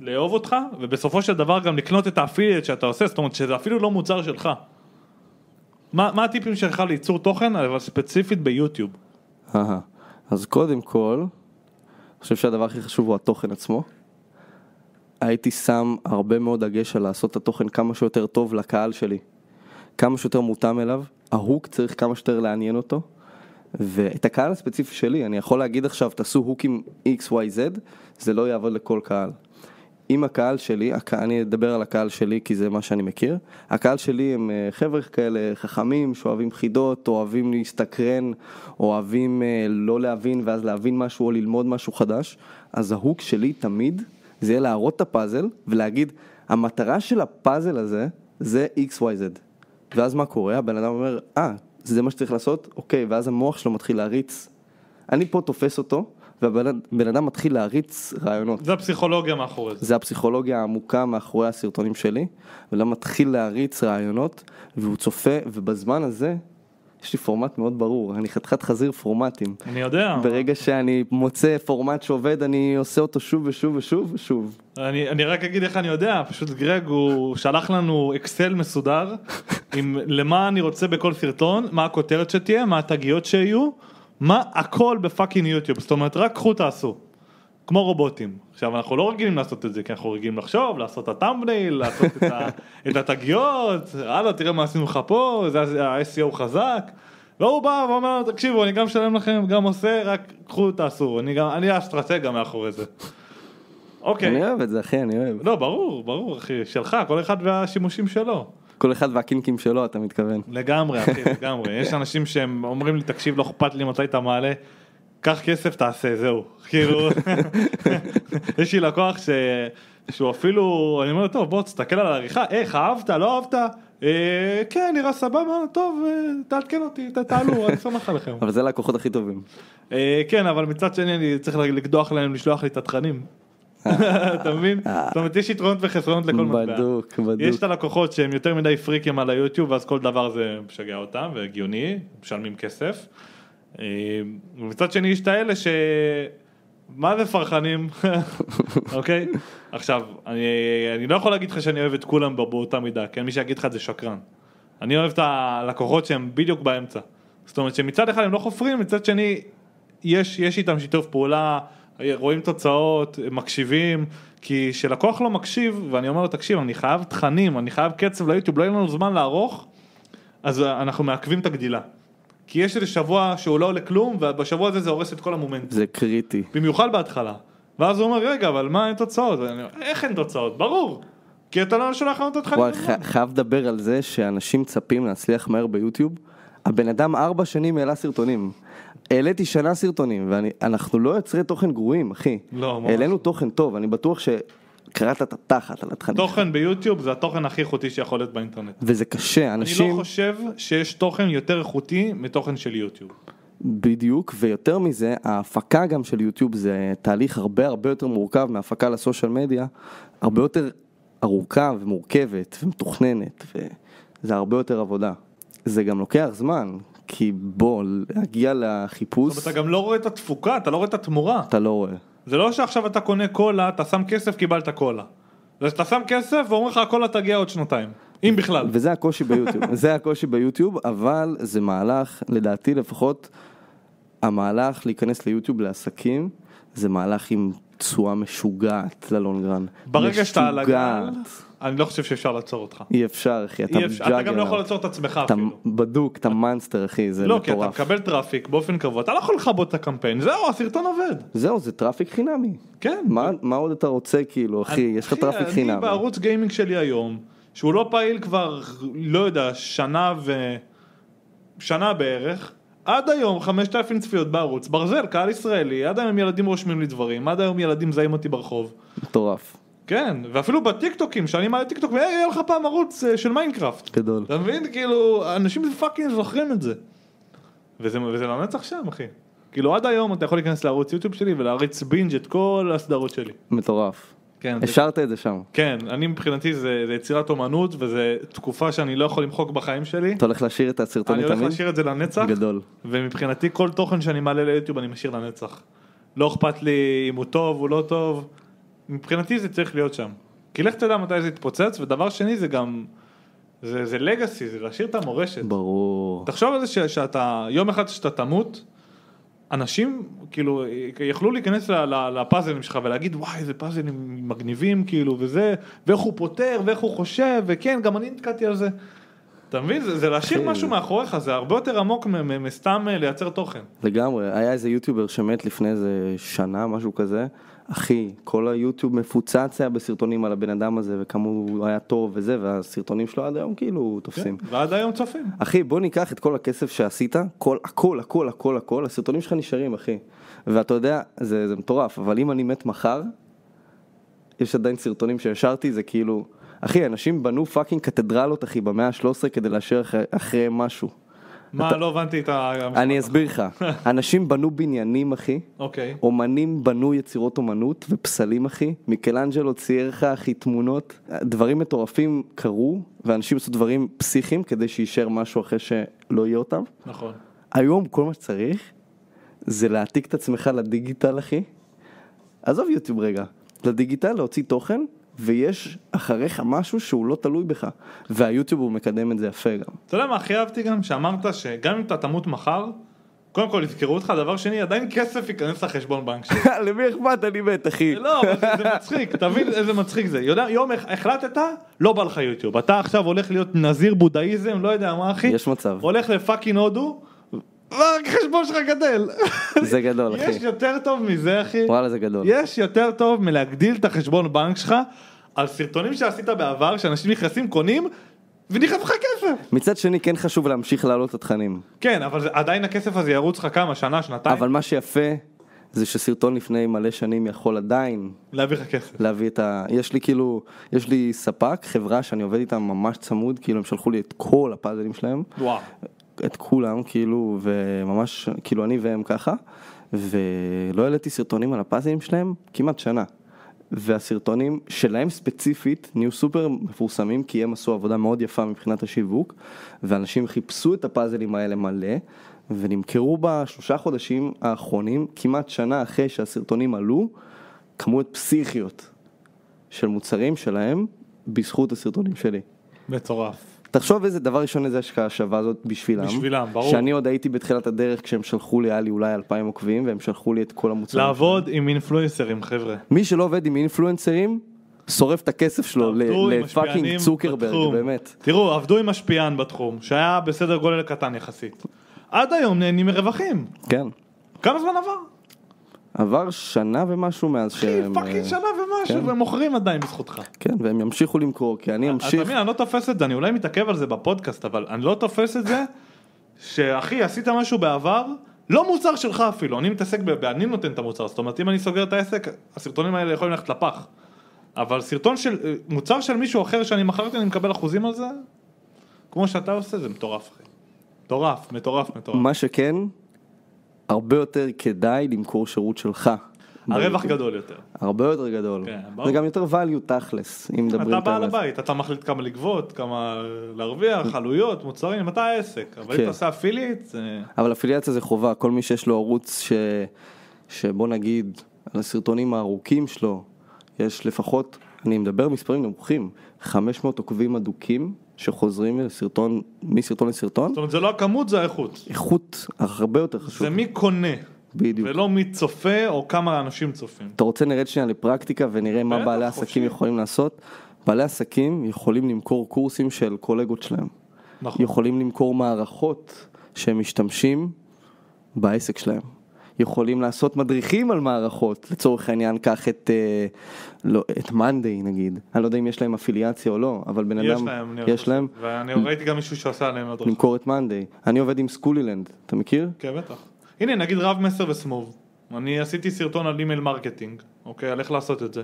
[SPEAKER 1] לאהוב אותך, ובסופו של דבר גם לקנות את האפילייט שאתה עושה, זאת אומרת שזה אפילו לא מוצר שלך. מה, מה הטיפים שלך לייצור תוכן, אבל ספציפית ביוטיוב?
[SPEAKER 2] אהה. אז קודם כל, אני חושב שהדבר הכי חשוב הוא התוכן עצמו. הייתי שם הרבה מאוד דגש על לעשות את התוכן כמה שיותר טוב לקהל שלי. כמה שיותר מותאם אליו, ההוק צריך כמה שיותר לעניין אותו. ואת הקהל הספציפי שלי, אני יכול להגיד עכשיו, תעשו הוקים XYZ, זה לא יעבוד לכל קהל. אם הקהל שלי, הק... אני אדבר על הקהל שלי כי זה מה שאני מכיר, הקהל שלי הם אה, חבר'ה כאלה חכמים שאוהבים חידות, אוהבים להסתקרן, אוהבים אה, לא להבין ואז להבין משהו או ללמוד משהו חדש, אז ההוק שלי תמיד זה יהיה להראות את הפאזל ולהגיד, המטרה של הפאזל הזה זה XYZ. ואז מה קורה? הבן אדם אומר, אה, זה מה שצריך לעשות? אוקיי, ואז המוח שלו מתחיל להריץ. אני פה תופס אותו, והבן הבן אדם מתחיל להריץ רעיונות.
[SPEAKER 1] זה הפסיכולוגיה מאחורי זה.
[SPEAKER 2] זה הפסיכולוגיה העמוקה מאחורי הסרטונים שלי, ולא מתחיל להריץ רעיונות, והוא צופה, ובזמן הזה, יש לי פורמט מאוד ברור, אני חתיכת חזיר פורמטים.
[SPEAKER 1] אני יודע,
[SPEAKER 2] ברגע שאני מוצא פורמט שעובד, אני עושה אותו שוב ושוב ושוב ושוב.
[SPEAKER 1] אני, אני רק אגיד איך אני יודע, פשוט גרג הוא שלח לנו אקסל מסודר עם למה אני רוצה בכל סרטון, מה הכותרת שתהיה, מה התגיות שיהיו, מה הכל בפאקינג יוטיוב, זאת אומרת רק קחו תעשו, כמו רובוטים. עכשיו אנחנו לא רגילים לעשות את זה, כי אנחנו רגילים לחשוב, לעשות את הטאמבנייל, לעשות את, ה, [LAUGHS] את התגיות, הלאה תראה מה עשינו לך פה, זה ה-SEO חזק. לא הוא בא ואומר תקשיבו אני גם משלם לכם גם עושה רק קחו תעשו אני גם אני האסטרטגיה מאחורי זה. אוקיי.
[SPEAKER 2] אני אוהב את זה, אחי, אני אוהב.
[SPEAKER 1] לא, ברור, ברור, אחי, שלך, כל אחד והשימושים שלו.
[SPEAKER 2] כל אחד והקינקים שלו, אתה מתכוון.
[SPEAKER 1] לגמרי, אחי, [LAUGHS] לגמרי. יש אנשים שהם אומרים לי, תקשיב, לא אכפת לי מתי אתה מעלה, קח כסף, תעשה, זהו. [LAUGHS] כאילו, יש לי לקוח ש... שהוא אפילו, אני אומר לו, טוב, בוא, תסתכל על העריכה, איך, אהבת, לא אהבת? אה, כן, נראה סבבה, טוב, אה, תעדכן אותי, ת- תעלו, [LAUGHS] אני סומך עליכם.
[SPEAKER 2] אבל זה הלקוחות הכי טובים.
[SPEAKER 1] אה, כן, אבל מצד שני אני צריך לקדוח להם, לשלוח לי את התכנים. [LAUGHS] אתה מבין? זאת אומרת, יש יתרונות וחסרונות לכל מטבע.
[SPEAKER 2] בדוק,
[SPEAKER 1] יש
[SPEAKER 2] בדוק.
[SPEAKER 1] את הלקוחות שהם יותר מדי פריקים על היוטיוב ואז כל דבר זה משגע אותם והגיוני, משלמים כסף. אה, ומצד שני יש את האלה ש... מה זה פרחנים, אוקיי? עכשיו, אני, אני לא יכול להגיד לך שאני אוהב את כולם בו- באותה מידה, כן? מי שיגיד לך את זה שקרן. אני אוהב את הלקוחות שהם בדיוק באמצע. זאת אומרת שמצד אחד הם לא חופרים, מצד שני יש, יש איתם שיתוף פעולה, רואים תוצאות, מקשיבים, כי כשלקוח לא מקשיב, ואני אומר לו, תקשיב, אני חייב תכנים, אני חייב קצב ליוטיוב, לא יהיה לנו זמן לערוך, אז אנחנו מעכבים את הגדילה. כי יש איזה שבוע שהוא לא עולה כלום, ובשבוע הזה זה הורס את כל המומנט.
[SPEAKER 2] זה קריטי.
[SPEAKER 1] במיוחד בהתחלה. ואז הוא אומר, רגע, אבל מה, אין תוצאות? ואני אומר, איך אין תוצאות? ברור. כי אתה לא שולח לנו את התכנים.
[SPEAKER 2] וואי, חי- חייב לדבר על זה שאנשים מצפים להצליח מהר ביוטיוב. הבן אדם ארבע שנים העלה סרטונים. העליתי שנה סרטונים, ואנחנו לא יוצרי תוכן גרועים, אחי.
[SPEAKER 1] לא, ממש
[SPEAKER 2] העלינו תוכן טוב, אני בטוח שקראת את התחת על התכנים.
[SPEAKER 1] תוכן ביוטיוב זה התוכן הכי איכותי שיכול להיות באינטרנט.
[SPEAKER 2] וזה קשה,
[SPEAKER 1] אני
[SPEAKER 2] אנשים...
[SPEAKER 1] לא חושב שיש תוכן יותר איכותי מתוכן של יוטיוב.
[SPEAKER 2] בדיוק, ויותר מזה, ההפקה גם של יוטיוב זה תהליך הרבה הרבה יותר מורכב מהפקה לסושיאל מדיה, הרבה יותר ארוכה ומורכבת ומתוכננת, וזה הרבה יותר עבודה. זה גם לוקח זמן, כי בוא, להגיע
[SPEAKER 1] אבל
[SPEAKER 2] לחיפוש,
[SPEAKER 1] אתה גם לא רואה את התפוקה, אתה לא רואה את התמורה.
[SPEAKER 2] אתה לא רואה.
[SPEAKER 1] זה לא שעכשיו אתה קונה קולה, אתה שם כסף, קיבלת קולה. זה שאתה שם כסף ואומרים לך הקולה תגיע עוד שנתיים. אם בכלל.
[SPEAKER 2] וזה הקושי ביוטיוב, זה הקושי ביוטיוב, אבל זה מהלך, לדעתי לפחות, המהלך להיכנס ליוטיוב לעסקים, זה מהלך עם תשואה משוגעת ללונגרן.
[SPEAKER 1] ברגע שאתה על הגל,
[SPEAKER 2] משוגעת.
[SPEAKER 1] אני לא חושב שאפשר לעצור אותך.
[SPEAKER 2] אי אפשר אחי, אתה
[SPEAKER 1] אי אפשר- אתה גם לא יכול
[SPEAKER 2] ג'אגרנאוט.
[SPEAKER 1] לעצור את עצמך
[SPEAKER 2] אתה
[SPEAKER 1] אפילו.
[SPEAKER 2] בדוק, אתה מאנסטר אחי, זה
[SPEAKER 1] לא, כי אתה
[SPEAKER 2] מטורף.
[SPEAKER 1] מקבל טראפיק באופן קבוע, אתה לא יכול לכבות את הקמפיין, זהו, הסרטון עובד.
[SPEAKER 2] זהו, זה טראפיק חינמי.
[SPEAKER 1] כן.
[SPEAKER 2] מה- מה עוד אתה רוצה כאילו, אחי, יש לך טראפיק אה?
[SPEAKER 1] אני
[SPEAKER 2] חינמי.
[SPEAKER 1] בערוץ גיימינג שלי היום, שהוא לא פעיל כבר, לא יודע, שנה ו... שנה בערך, עד היום 5,000 צפיות בערוץ, ברזל, קהל ישראלי, עד היום ילדים רושמים לי דברים, עד היום ילדים מזהים אותי ברחוב.
[SPEAKER 2] מטורף. כן.
[SPEAKER 1] כן, ואפילו בטיקטוקים, שאני מעלה טיקטוק, "היי, היה לך פעם ערוץ אה, של מיינקראפט.
[SPEAKER 2] גדול.
[SPEAKER 1] אתה מבין? כאילו, אנשים פאקינג זוכרים את זה. וזה, וזה לנצח שם, אחי. כאילו, עד היום אתה יכול להיכנס לערוץ יוטיוב שלי ולהריץ בינג' את כל הסדרות שלי.
[SPEAKER 2] מטורף.
[SPEAKER 1] כן, זה,
[SPEAKER 2] השארת את זה שם.
[SPEAKER 1] כן אני מבחינתי זה, זה יצירת אומנות, וזו תקופה שאני לא יכול למחוק בחיים שלי.
[SPEAKER 2] אתה הולך להשאיר את
[SPEAKER 1] אני
[SPEAKER 2] הסרטונים
[SPEAKER 1] הולך
[SPEAKER 2] תמיד?
[SPEAKER 1] להשאיר את זה לנצח,
[SPEAKER 2] גדול.
[SPEAKER 1] ומבחינתי כל תוכן שאני מעלה ליוטיוב אני משאיר לנצח. לא אכפת לי אם הוא טוב, הוא לא טוב. מבחינתי זה צריך להיות שם. כי לך תדע מתי זה יתפוצץ, ודבר שני זה גם, זה, זה לגאסי, זה להשאיר את המורשת.
[SPEAKER 2] ברור.
[SPEAKER 1] תחשוב על זה ש, שאתה, יום אחד שאתה תמות, אנשים כאילו יכלו להיכנס ל- ל- לפאזלים שלך ולהגיד וואי איזה פאזלים מגניבים כאילו וזה, ואיך הוא פותר ואיך הוא חושב, וכן גם אני נתקעתי על זה. אתה מבין? זה, זה להשאיר
[SPEAKER 2] כן.
[SPEAKER 1] משהו מאחוריך, זה הרבה יותר עמוק מ- מ- מסתם אה, לייצר תוכן.
[SPEAKER 2] לגמרי, היה איזה יוטיובר שמת לפני איזה שנה, משהו כזה. אחי, כל היוטיוב מפוצץ היה בסרטונים על הבן אדם הזה, וכמה הוא היה טוב וזה, והסרטונים שלו עד היום כאילו
[SPEAKER 1] כן?
[SPEAKER 2] תופסים.
[SPEAKER 1] ועד היום צופים.
[SPEAKER 2] אחי בוא ניקח את כל הכסף שעשית כל הכל הכל הכל הכל הסרטונים שלך נשארים אחי ואתה יודע זה, זה מטורף אבל אם אני מת מחר יש עדיין סרטונים שהשארתי זה כאילו אחי אנשים בנו פאקינג קתדרלות אחי במאה ה-13 כדי להשאיר אחרי, אחרי משהו
[SPEAKER 1] מה, לא הבנתי את ה...
[SPEAKER 2] אני אסביר לך אנשים בנו בניינים אחי
[SPEAKER 1] אוקיי.
[SPEAKER 2] אומנים בנו יצירות אומנות ופסלים אחי, מיקלנג'לו צייר לך אחי תמונות, דברים מטורפים קרו ואנשים עשו דברים פסיכיים כדי שיישאר משהו אחרי שלא יהיה אותם.
[SPEAKER 1] נכון.
[SPEAKER 2] היום כל מה שצריך זה להעתיק את עצמך לדיגיטל אחי, עזוב יוטיוב רגע, לדיגיטל להוציא תוכן ויש אחריך משהו שהוא לא תלוי בך והיוטיוב הוא מקדם את זה יפה גם. [LAUGHS]
[SPEAKER 1] אתה יודע מה הכי אהבתי גם? שאמרת שגם אם אתה תמות מחר, קודם כל יזכרו אותך, דבר שני, עדיין כסף ייכנס לחשבון בנק שלך.
[SPEAKER 2] למי אכפת אני מת אחי.
[SPEAKER 1] לא, אבל זה- זה מצחיק, תבין איזה מצחיק זה. יודע, יום אח- החלטת, לא בא לך יוטיוב. אתה עכשיו הולך להיות נזיר בודהיזם, לא יודע מה אחי. [LAUGHS]
[SPEAKER 2] יש מצב.
[SPEAKER 1] הולך לפאקינג הודו, ורק החשבון שלך גדל.
[SPEAKER 2] זה גדול אחי.
[SPEAKER 1] יש יותר טוב מזה אחי.
[SPEAKER 2] וואלה זה גדול.
[SPEAKER 1] יש יותר טוב מלהגדיל את החשבון בנק שלך על סרטונים שעשית בעבר, שאנשים נכנסים, קונים, ונכנס לך כסף.
[SPEAKER 2] מצד שני כן חשוב להמשיך להעלות את התכנים.
[SPEAKER 1] כן, אבל זה- עדיין הכסף הזה ירוץ לך כמה, שנה, שנתיים,
[SPEAKER 2] אבל מה שיפה זה שסרטון לפני מלא שנים יכול עדיין
[SPEAKER 1] להביא לך כסף.
[SPEAKER 2] להביא את ה... יש לי כאילו, יש לי ספק, חברה שאני עובד איתה ממש צמוד, כאילו הם שלחו לי את כל הפאזלים שלהם,
[SPEAKER 1] וואו.
[SPEAKER 2] את כולם כאילו, וממש, כאילו אני והם ככה, ולא העליתי סרטונים על הפאזלים שלהם כמעט שנה. והסרטונים שלהם ספציפית נהיו סופר מפורסמים כי הם עשו עבודה מאוד יפה מבחינת השיווק ואנשים חיפשו את הפאזלים האלה מלא ונמכרו בשלושה חודשים האחרונים כמעט שנה אחרי שהסרטונים עלו כמויות פסיכיות של מוצרים שלהם בזכות הסרטונים שלי.
[SPEAKER 1] מטורף.
[SPEAKER 2] תחשוב איזה דבר ראשון איזה השקעה שווה זאת בשבילם.
[SPEAKER 1] בשבילם, ברור.
[SPEAKER 2] שאני עוד הייתי בתחילת הדרך כשהם שלחו לי, היה לי אולי 2,000 עוקבים והם שלחו לי את כל המוצרים.
[SPEAKER 1] לעבוד עם אינפלואנסרים, חבר'ה.
[SPEAKER 2] מי שלא עובד עם אינפלואנסרים, שורף את הכסף שלו ל-
[SPEAKER 1] עבדו עם
[SPEAKER 2] לפאקינג
[SPEAKER 1] משפיענים
[SPEAKER 2] צוקרברג,
[SPEAKER 1] בתחום.
[SPEAKER 2] באמת.
[SPEAKER 1] תראו, עבדו עם משפיען בתחום, שהיה בסדר גודל קטן יחסית. עד היום נהנים מרווחים.
[SPEAKER 2] כן.
[SPEAKER 1] כמה זמן עבר?
[SPEAKER 2] עבר שנה ומשהו מאז
[SPEAKER 1] אחי,
[SPEAKER 2] שהם...
[SPEAKER 1] פאקינג
[SPEAKER 2] אה,
[SPEAKER 1] שנה ומשהו,
[SPEAKER 2] כן.
[SPEAKER 1] והם מוכרים עדיין בזכותך.
[SPEAKER 2] כן, והם ימשיכו למכור, כי אני
[SPEAKER 1] אתה
[SPEAKER 2] אמשיך...
[SPEAKER 1] מבין, אני לא תופס את זה, אני אולי מתעכב על זה בפודקאסט, אבל אני לא תופס את זה, שאחי, עשית משהו בעבר, לא מוצר שלך אפילו, אני מתעסק, ב- ב- אני נותן את המוצר, זאת אומרת, אם אני סוגר את העסק, הסרטונים האלה יכולים ללכת לפח. אבל סרטון של, אה, מוצר של מישהו אחר שאני מכרתי, אני מקבל אחוזים על זה, כמו שאתה עושה, זה מטורף, אחי. מטורף, מטורף, מטורף.
[SPEAKER 2] מה שכן, הרבה יותר כדאי למכור שירות שלך.
[SPEAKER 1] הרווח גדול יותר.
[SPEAKER 2] הרבה יותר גדול.
[SPEAKER 1] כן,
[SPEAKER 2] זה
[SPEAKER 1] ברור.
[SPEAKER 2] גם יותר value תכלס, אם מדברים
[SPEAKER 1] אתה בעל
[SPEAKER 2] תכלס.
[SPEAKER 1] הבית, אתה מחליט כמה לגבות, כמה להרוויח, עלויות, מוצרים, אתה העסק. אבל
[SPEAKER 2] כן.
[SPEAKER 1] אם אתה עושה אפילית, זה...
[SPEAKER 2] אבל אפיליאציה זה חובה, כל מי שיש לו ערוץ ש... שבוא נגיד, על הסרטונים הארוכים שלו, יש לפחות, אני מדבר מספרים נמוכים, 500 עוקבים אדוקים שחוזרים לסרטון, מסרטון לסרטון,
[SPEAKER 1] זאת אומרת, זה לא הכמות, זה האיכות.
[SPEAKER 2] איכות הרבה יותר חשוב,
[SPEAKER 1] זה מי קונה,
[SPEAKER 2] בדיוק.
[SPEAKER 1] ולא מי צופה או כמה אנשים צופים.
[SPEAKER 2] אתה רוצה נרד שנייה לפרקטיקה ונראה מה
[SPEAKER 1] בטח,
[SPEAKER 2] בעלי
[SPEAKER 1] חופשי.
[SPEAKER 2] עסקים יכולים לעשות? בעלי עסקים יכולים למכור קורסים של קולגות שלהם,
[SPEAKER 1] נכון.
[SPEAKER 2] יכולים למכור מערכות שהם משתמשים בעסק שלהם. יכולים לעשות מדריכים על מערכות, לצורך העניין קח את, אה, לא, את מאנדיי נגיד, אני לא יודע אם יש להם אפיליאציה או לא, אבל בן
[SPEAKER 1] יש
[SPEAKER 2] אדם,
[SPEAKER 1] להם, אני
[SPEAKER 2] יש
[SPEAKER 1] חושב.
[SPEAKER 2] להם,
[SPEAKER 1] ואני ראיתי גם מישהו שעשה עליהם הדרכה.
[SPEAKER 2] למכור את מאנדיי. אני עובד עם סקולילנד, אתה מכיר?
[SPEAKER 1] כן, בטח. הנה, נגיד רב מסר וסמוב. אני עשיתי סרטון על אימייל מרקטינג, אוקיי, על איך לעשות את זה.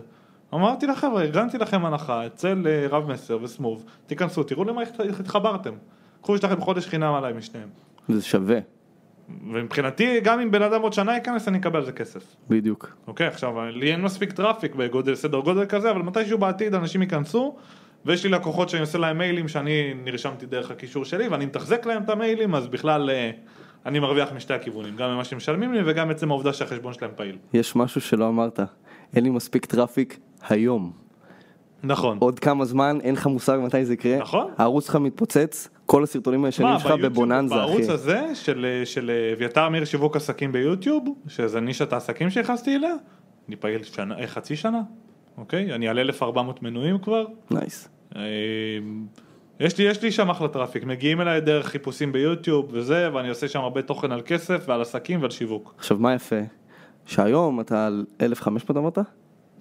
[SPEAKER 1] אמרתי לחבר'ה, ארגנתי לכם הנחה אצל אה, רב מסר וסמוב, תיכנסו, תראו למה הת- התחברתם. קחו, יש לכם חודש חינם עליי משניהם.
[SPEAKER 2] זה שווה,
[SPEAKER 1] ומבחינתי, גם אם בן אדם עוד שנה ייכנס, אני אקבל על זה כסף.
[SPEAKER 2] בדיוק.
[SPEAKER 1] אוקיי, עכשיו, לי אין מספיק טראפיק בגודל, סדר גודל כזה, אבל מתישהו בעתיד אנשים ייכנסו, ויש לי לקוחות שאני עושה להם מיילים שאני נרשמתי דרך הקישור שלי, ואני מתחזק להם את המיילים, אז בכלל אה, אני מרוויח משתי הכיוונים, גם ממה שמשלמים לי וגם עצם העובדה שהחשבון שלהם פעיל.
[SPEAKER 2] יש משהו שלא אמרת, אין לי מספיק טראפיק היום.
[SPEAKER 1] נכון.
[SPEAKER 2] עוד כמה זמן, אין לך מושג מתי זה יקרה.
[SPEAKER 1] נכון.
[SPEAKER 2] הערוץ שלך מתפוצץ, כל הסרטונים הישנים שלך בבוננזה, אחי.
[SPEAKER 1] בערוץ הזה של, אה, של אה, אביתר מיר שיווק עסקים ביוטיוב, שזה נישת העסקים שנכנסתי אליה, אני פעיל שנה, אה, חצי שנה, אוקיי? אני על 1400 מנויים כבר,
[SPEAKER 2] נייס.
[SPEAKER 1] אמ, יש לי, יש לי שם אחלה טראפיק, מגיעים אליי דרך חיפושים ביוטיוב וזה, ואני עושה שם הרבה תוכן על כסף ועל עסקים ועל שיווק.
[SPEAKER 2] עכשיו, מה יפה? שהיום אתה על 1,500 אמרת?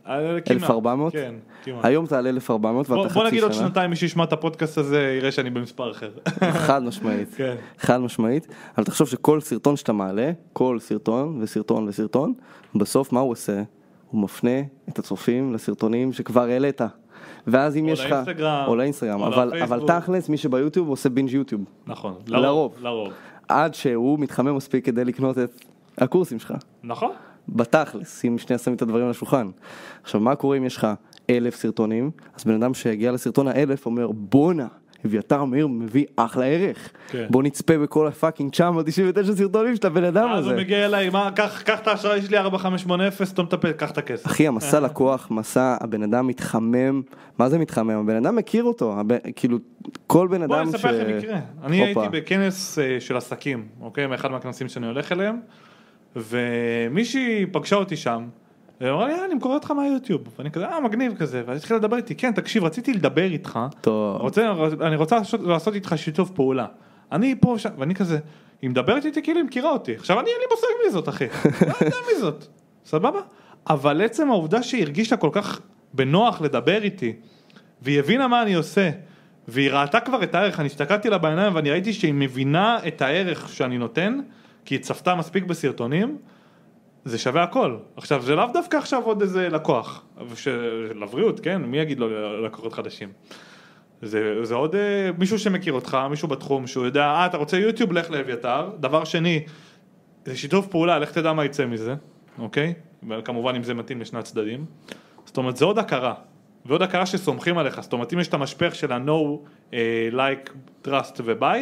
[SPEAKER 1] על- כמעט,
[SPEAKER 2] 1400?
[SPEAKER 1] כן, כמעט.
[SPEAKER 2] היום אתה על 1,400
[SPEAKER 1] בוא,
[SPEAKER 2] ואתה
[SPEAKER 1] בוא
[SPEAKER 2] חצי
[SPEAKER 1] נגיד עוד
[SPEAKER 2] שנה.
[SPEAKER 1] שנתיים מי שישמע את הפודקאסט הזה יראה שאני במספר אחר. [LAUGHS]
[SPEAKER 2] חד משמעית.
[SPEAKER 1] כן.
[SPEAKER 2] חד משמעית. אבל תחשוב שכל סרטון שאתה מעלה, כל סרטון וסרטון וסרטון, בסוף מה הוא עושה? הוא מפנה את הצופים לסרטונים שכבר העלית. ואז אם
[SPEAKER 1] או
[SPEAKER 2] יש לך...
[SPEAKER 1] לאינסטגרם,
[SPEAKER 2] או לאינסטגרם.
[SPEAKER 1] או
[SPEAKER 2] אבל, אבל
[SPEAKER 1] לפייסבוק.
[SPEAKER 2] תכלס, מי שביוטיוב עושה בינג' יוטיוב.
[SPEAKER 1] נכון,
[SPEAKER 2] לרוב.
[SPEAKER 1] לרוב.
[SPEAKER 2] עד שהוא מתחמם מספיק כדי לקנות את הקורסים שלך.
[SPEAKER 1] נכון.
[SPEAKER 2] בתכלס, אם שנייה שמים את הדברים על השולחן. עכשיו, מה קורה אם יש לך אלף סרטונים, אז בן אדם שיגיע לסרטון האלף אומר, בואנה, אביתר מאיר מביא אחלה ערך.
[SPEAKER 1] כן.
[SPEAKER 2] בוא נצפה בכל הפאקינג 999 סרטונים של הבן אדם
[SPEAKER 1] אז
[SPEAKER 2] הזה.
[SPEAKER 1] הוא מגיע אליי, מה, קח קח את האשראי שלי 4580, סתום את הפה, קח את הכסף.
[SPEAKER 2] אחי, המסע לקוח, מסע, הבן אדם מתחמם, מה זה מתחמם? הבן אדם מכיר אותו, הבן- כאילו, כל בן
[SPEAKER 1] בוא
[SPEAKER 2] אדם
[SPEAKER 1] אני
[SPEAKER 2] ש...
[SPEAKER 1] אספר לכם מקרה. אני
[SPEAKER 2] הופה.
[SPEAKER 1] הייתי בכנס אה, של עסקים, אוקיי? מאחד מהכנסים שאני הולך אליהם, ומישהי פגשה אותי שם, ואמרה לי, אה, אני מקורא אותך מהיוטיוב. ואני כזה, אה, מגניב כזה. ואז התחילה לדבר איתי, כן, תקשיב, רציתי לדבר איתך,
[SPEAKER 2] טוב,
[SPEAKER 1] רוצה, אני רוצה לעשות, לעשות איתך שיתוף פעולה. אני פה, שם, ואני כזה, היא מדברת איתי כאילו היא מכירה אותי. עכשיו, אני אין לי מושג מי זאת, אחי. [LAUGHS] לא יודע מי זאת. סבבה? אבל עצם העובדה שהיא הרגישה כל כך בנוח לדבר איתי, והיא הבינה מה אני עושה, והיא ראתה כבר את הערך, אני הסתכלתי לה בעיניים ואני ראיתי שהיא מבינה את הערך שאני נותן, כי היא צפתה מספיק בסרטונים, זה שווה הכל. עכשיו, זה לאו דווקא עכשיו עוד איזה לקוח, ש... לבריאות, כן? מי יגיד לו לקוחות חדשים? זה, זה עוד אה, מישהו שמכיר אותך, מישהו בתחום, שהוא יודע, אה, אתה רוצה יוטיוב, לך לאביתר. דבר שני, זה שיתוף פעולה, לך תדע מה יצא מזה, אוקיי? כמובן אם זה מתאים לשני הצדדים. זאת אומרת, זה עוד הכרה. ועוד הכרה שסומכים עליך. זאת אומרת, אם יש את המשפך של ה-No, אה, Like, Trust ו-Buy,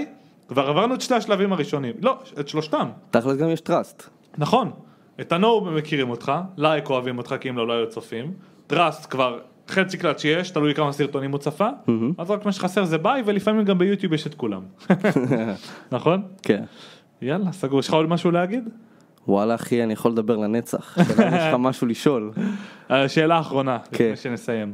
[SPEAKER 1] כבר עברנו את שתי השלבים הראשונים. לא, את שלושתם.
[SPEAKER 2] תכלס גם יש טראסט.
[SPEAKER 1] נכון, את ה-No מכירים אותך, לייק אוהבים אותך כי אם לא, לא היו צופים, טראסט כבר חצי קלט שיש, תלוי כמה סרטונים הוא צפה, אז רק מה שחסר זה ביי, ולפעמים גם ביוטיוב יש את כולם. נכון?
[SPEAKER 2] כן.
[SPEAKER 1] יאללה, סגור, יש לך עוד משהו להגיד?
[SPEAKER 2] וואלה אחי, אני יכול לדבר לנצח. השאלה אם
[SPEAKER 1] [LAUGHS]
[SPEAKER 2] יש לך משהו לשאול.
[SPEAKER 1] השאלה האחרונה,
[SPEAKER 2] כן.
[SPEAKER 1] אה, לפני שנסיים.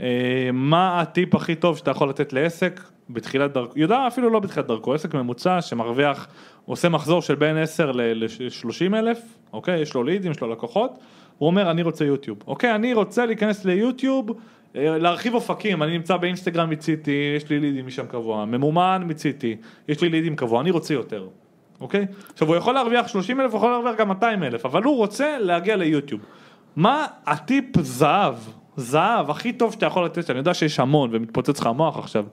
[SPEAKER 1] אה, מה הטיפ הכי טוב שאתה יכול לתת לעסק בתחילת דרכו, יודע אפילו לא בתחילת דרכו, עסק ממוצע שמרוויח הוא עושה מחזור של בין 10 ל-30 אלף, אוקיי? יש לו לידים, יש לו לקוחות, הוא אומר אני רוצה יוטיוב, אוקיי? אני רוצה להיכנס ליוטיוב, אה, להרחיב אופקים, אני נמצא באינסטגרם מיציתי, יש לי לידים משם קבוע, ממומן מיציתי, יש לי לידים קבוע, אני רוצה יותר, אוקיי? עכשיו הוא יכול להרוויח 30 אלף, הוא יכול להרוויח גם 200 אלף, אבל הוא רוצה להגיע ליוטיוב. מה הטיפ זהב, זהב הכי טוב שאתה יכול לתת, אני יודע שיש המון ומתפוצץ לך המוח [LAUGHS] עכשיו,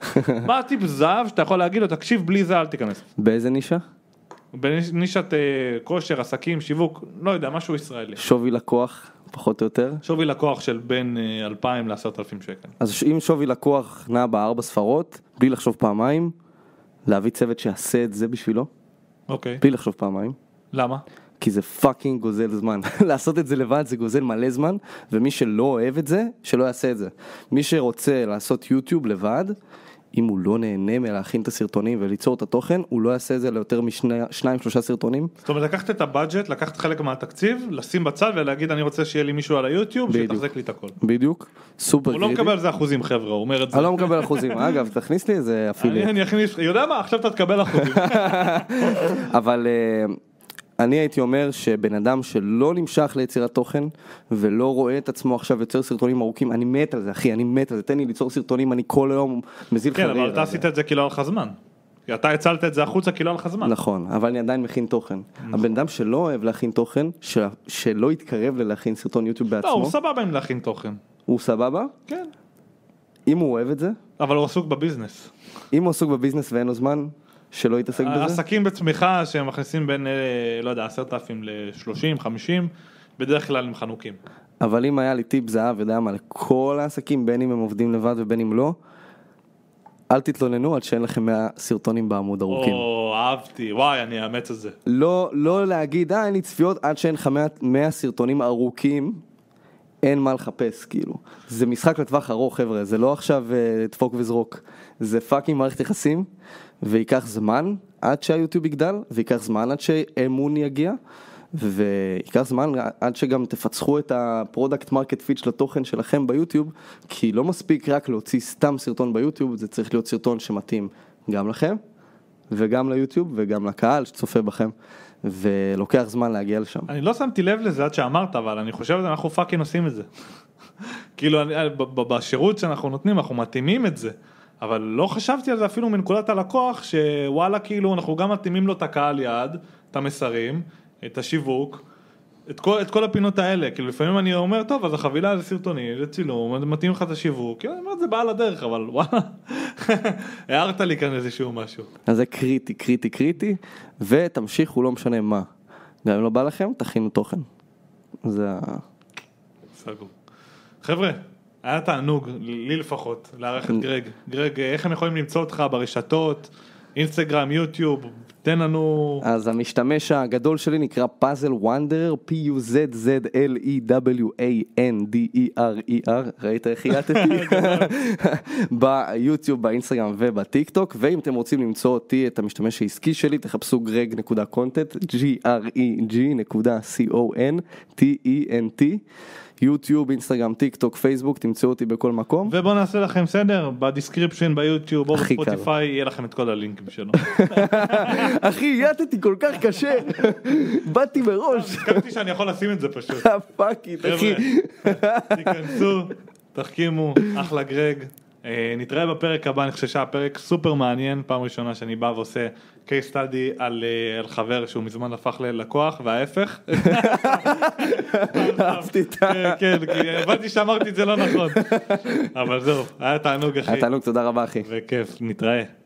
[SPEAKER 1] מה הטיפ זהב שאתה יכול להגיד לו, תקשיב, בלי זה אל תיכנס.
[SPEAKER 2] באיזה נישה?
[SPEAKER 1] בנישת אה, כושר, עסקים, שיווק, לא יודע, משהו ישראלי.
[SPEAKER 2] שווי לקוח, פחות או יותר.
[SPEAKER 1] שווי לקוח של בין אה, 2,000 ל-10,000 שקל.
[SPEAKER 2] אז ש- אם שווי לקוח נע בארבע ספרות, בלי לחשוב פעמיים, להביא צוות שיעשה את זה בשבילו,
[SPEAKER 1] אוקיי.
[SPEAKER 2] בלי לחשוב פעמיים.
[SPEAKER 1] למה?
[SPEAKER 2] כי זה פאקינג גוזל זמן. [LAUGHS] לעשות את זה לבד זה גוזל מלא זמן, ומי שלא אוהב את זה, שלא יעשה את זה. מי שרוצה לעשות יוטיוב לבד, אם הוא לא נהנה מלהכין את הסרטונים וליצור את התוכן, הוא לא יעשה את זה ליותר משניים שלושה סרטונים.
[SPEAKER 1] זאת אומרת, לקחת את הבאג'ט, לקחת חלק מהתקציב, לשים בצד ולהגיד, אני רוצה שיהיה לי מישהו על היוטיוב,
[SPEAKER 2] בדיוק.
[SPEAKER 1] שיתחזק לי את הכל.
[SPEAKER 2] בדיוק. סופר
[SPEAKER 1] הוא לא
[SPEAKER 2] קריטי.
[SPEAKER 1] מקבל על זה אחוזים, חבר'ה, הוא אומר את זה.
[SPEAKER 2] אני לא מקבל
[SPEAKER 1] [LAUGHS]
[SPEAKER 2] אחוזים. אגב, תכניס לי איזה אפילו.
[SPEAKER 1] אני אני אכניס, יודע מה, עכשיו אתה תקבל אחוזים.
[SPEAKER 2] אבל אה, אני הייתי אומר שבן אדם שלא נמשך ליצירת תוכן ולא רואה את עצמו עכשיו יוצר סרטונים ארוכים, אני מת על זה אחי, אני מת על זה, תן לי ליצור סרטונים, אני כל היום מזיל
[SPEAKER 1] כן,
[SPEAKER 2] חריר.
[SPEAKER 1] אבל
[SPEAKER 2] על
[SPEAKER 1] אתה
[SPEAKER 2] זה.
[SPEAKER 1] עשית את זה כי לא היה לך זמן. כי אתה הצלת את זה החוצה כי לא היה לך זמן.
[SPEAKER 2] נכון, אבל אני עדיין מכין תוכן.
[SPEAKER 1] נכון.
[SPEAKER 2] הבן אדם שלא אוהב להכין תוכן, ש... שלא יתקרב ללהכין סרטון יוטיוב
[SPEAKER 1] לא,
[SPEAKER 2] בעצמו,
[SPEAKER 1] הוא סבבה עם להכין תוכן.
[SPEAKER 2] הוא סבבה,
[SPEAKER 1] כן.
[SPEAKER 2] אם הוא אוהב את זה,
[SPEAKER 1] אבל הוא עסוק בביזנס.
[SPEAKER 2] אם הוא עסוק בביזנס ואין לו זמן, שלא
[SPEAKER 1] אה,
[SPEAKER 2] יתעסק בזה.
[SPEAKER 1] עסקים בצמיחה שמכניסים בין, אה, לא יודע, 10,000 ל-30, 50, בדרך כלל הם חנוקים.
[SPEAKER 2] אבל אם היה לי טיפ זהב, יודע מה, לכל העסקים, בין אם הם עובדים לבד ובין אם לא, אל תתלוננו עד שאין לכם 100 סרטונים בעמוד ארוכים.
[SPEAKER 1] או, אהבתי, וואי, אני אאמץ את זה.
[SPEAKER 2] לא, לא להגיד, אה, אין לי צפיות עד שאין לך 100, 100 סרטונים ארוכים, אין מה לחפש, כאילו. זה משחק לטווח ארוך, חבר'ה, זה לא עכשיו אה, דפוק וזרוק. זה פאקינג מערכת יחסים, וייקח זמן עד שהיוטיוב יגדל, וייקח זמן עד שאמון יגיע, וייקח זמן עד שגם תפצחו את הפרודקט מרקט פיט של התוכן שלכם ביוטיוב, כי לא מספיק רק להוציא סתם סרטון ביוטיוב, זה צריך להיות סרטון שמתאים גם לכם, וגם ליוטיוב, וגם לקהל שצופה בכם, ולוקח זמן להגיע לשם.
[SPEAKER 1] אני לא שמתי לב לזה עד שאמרת, אבל אני חושב שאנחנו פאקינג עושים את זה. [LAUGHS] כאילו, אני- ב- ב- בשירות שאנחנו נותנים, אנחנו מתאימים את זה. אבל לא חשבתי על זה אפילו מנקודת הלקוח, שוואלה, כאילו, אנחנו גם מתאימים לו את הקהל יעד, את המסרים, את השיווק, את כל, את כל הפינות האלה. כאילו, לפעמים אני אומר, טוב, אז החבילה זה סרטוני, זה צילום, מתאים לך את השיווק. כאילו, אני אומר, זה בא על הדרך, אבל וואלה, [LAUGHS] הערת לי כאן איזשהו משהו.
[SPEAKER 2] אז זה קריטי, קריטי, קריטי, ותמשיכו לא משנה מה. גם אם לא בא לכם, תכינו תוכן. זה ה-
[SPEAKER 1] סגור. חבר'ה, היה תענוג, לי לפחות, לארח
[SPEAKER 2] כן.
[SPEAKER 1] את גרג. גרג, איך הם יכולים למצוא אותך ברשתות, אינסטגרם, יוטיוב, תן לנו...
[SPEAKER 2] אז המשתמש הגדול שלי נקרא פאזל וונדרר, E P-U-Z-Z-L-E-W-A-N-D-E-R-E-R, E ראית איך חייתתי? ביוטיוב, באינסטגרם ובטיק טוק, ואם אתם רוצים למצוא אותי, את המשתמש העסקי שלי, תחפשו greg.content, E G-R-E-G.C-O-N-T-E-N-T, יוטיוב, אינסטגרם, טיק טוק, פייסבוק, תמצאו אותי בכל מקום.
[SPEAKER 1] ובואו נעשה לכם סדר, בדיסקריפשן, ביוטיוב, או
[SPEAKER 2] הכי קל.
[SPEAKER 1] בספוטיפיי, יהיה לכם את כל הלינקים שלו. [LAUGHS]
[SPEAKER 2] אחי, יטתי כל כך קשה, באתי מראש,
[SPEAKER 1] הסכמתי שאני יכול לשים את זה פשוט.
[SPEAKER 2] [LAUGHS] פאק איט, אחי.
[SPEAKER 1] תיכנסו, תחכימו, אחלה גרג. אה, נתראה בפרק הבא, אני חושב שהיה פרק סופר מעניין, פעם ראשונה שאני בא ועושה case study על, אה, על חבר שהוא מזמן הפך ללקוח וההפך.
[SPEAKER 2] אהבתי את ה...
[SPEAKER 1] כן, כן, כי הבנתי שאמרתי את זה לא נכון. אבל זהו, היה תענוג אחי,
[SPEAKER 2] היה אה, תענוג, תודה רבה אחי.
[SPEAKER 1] וכיף, נתראה.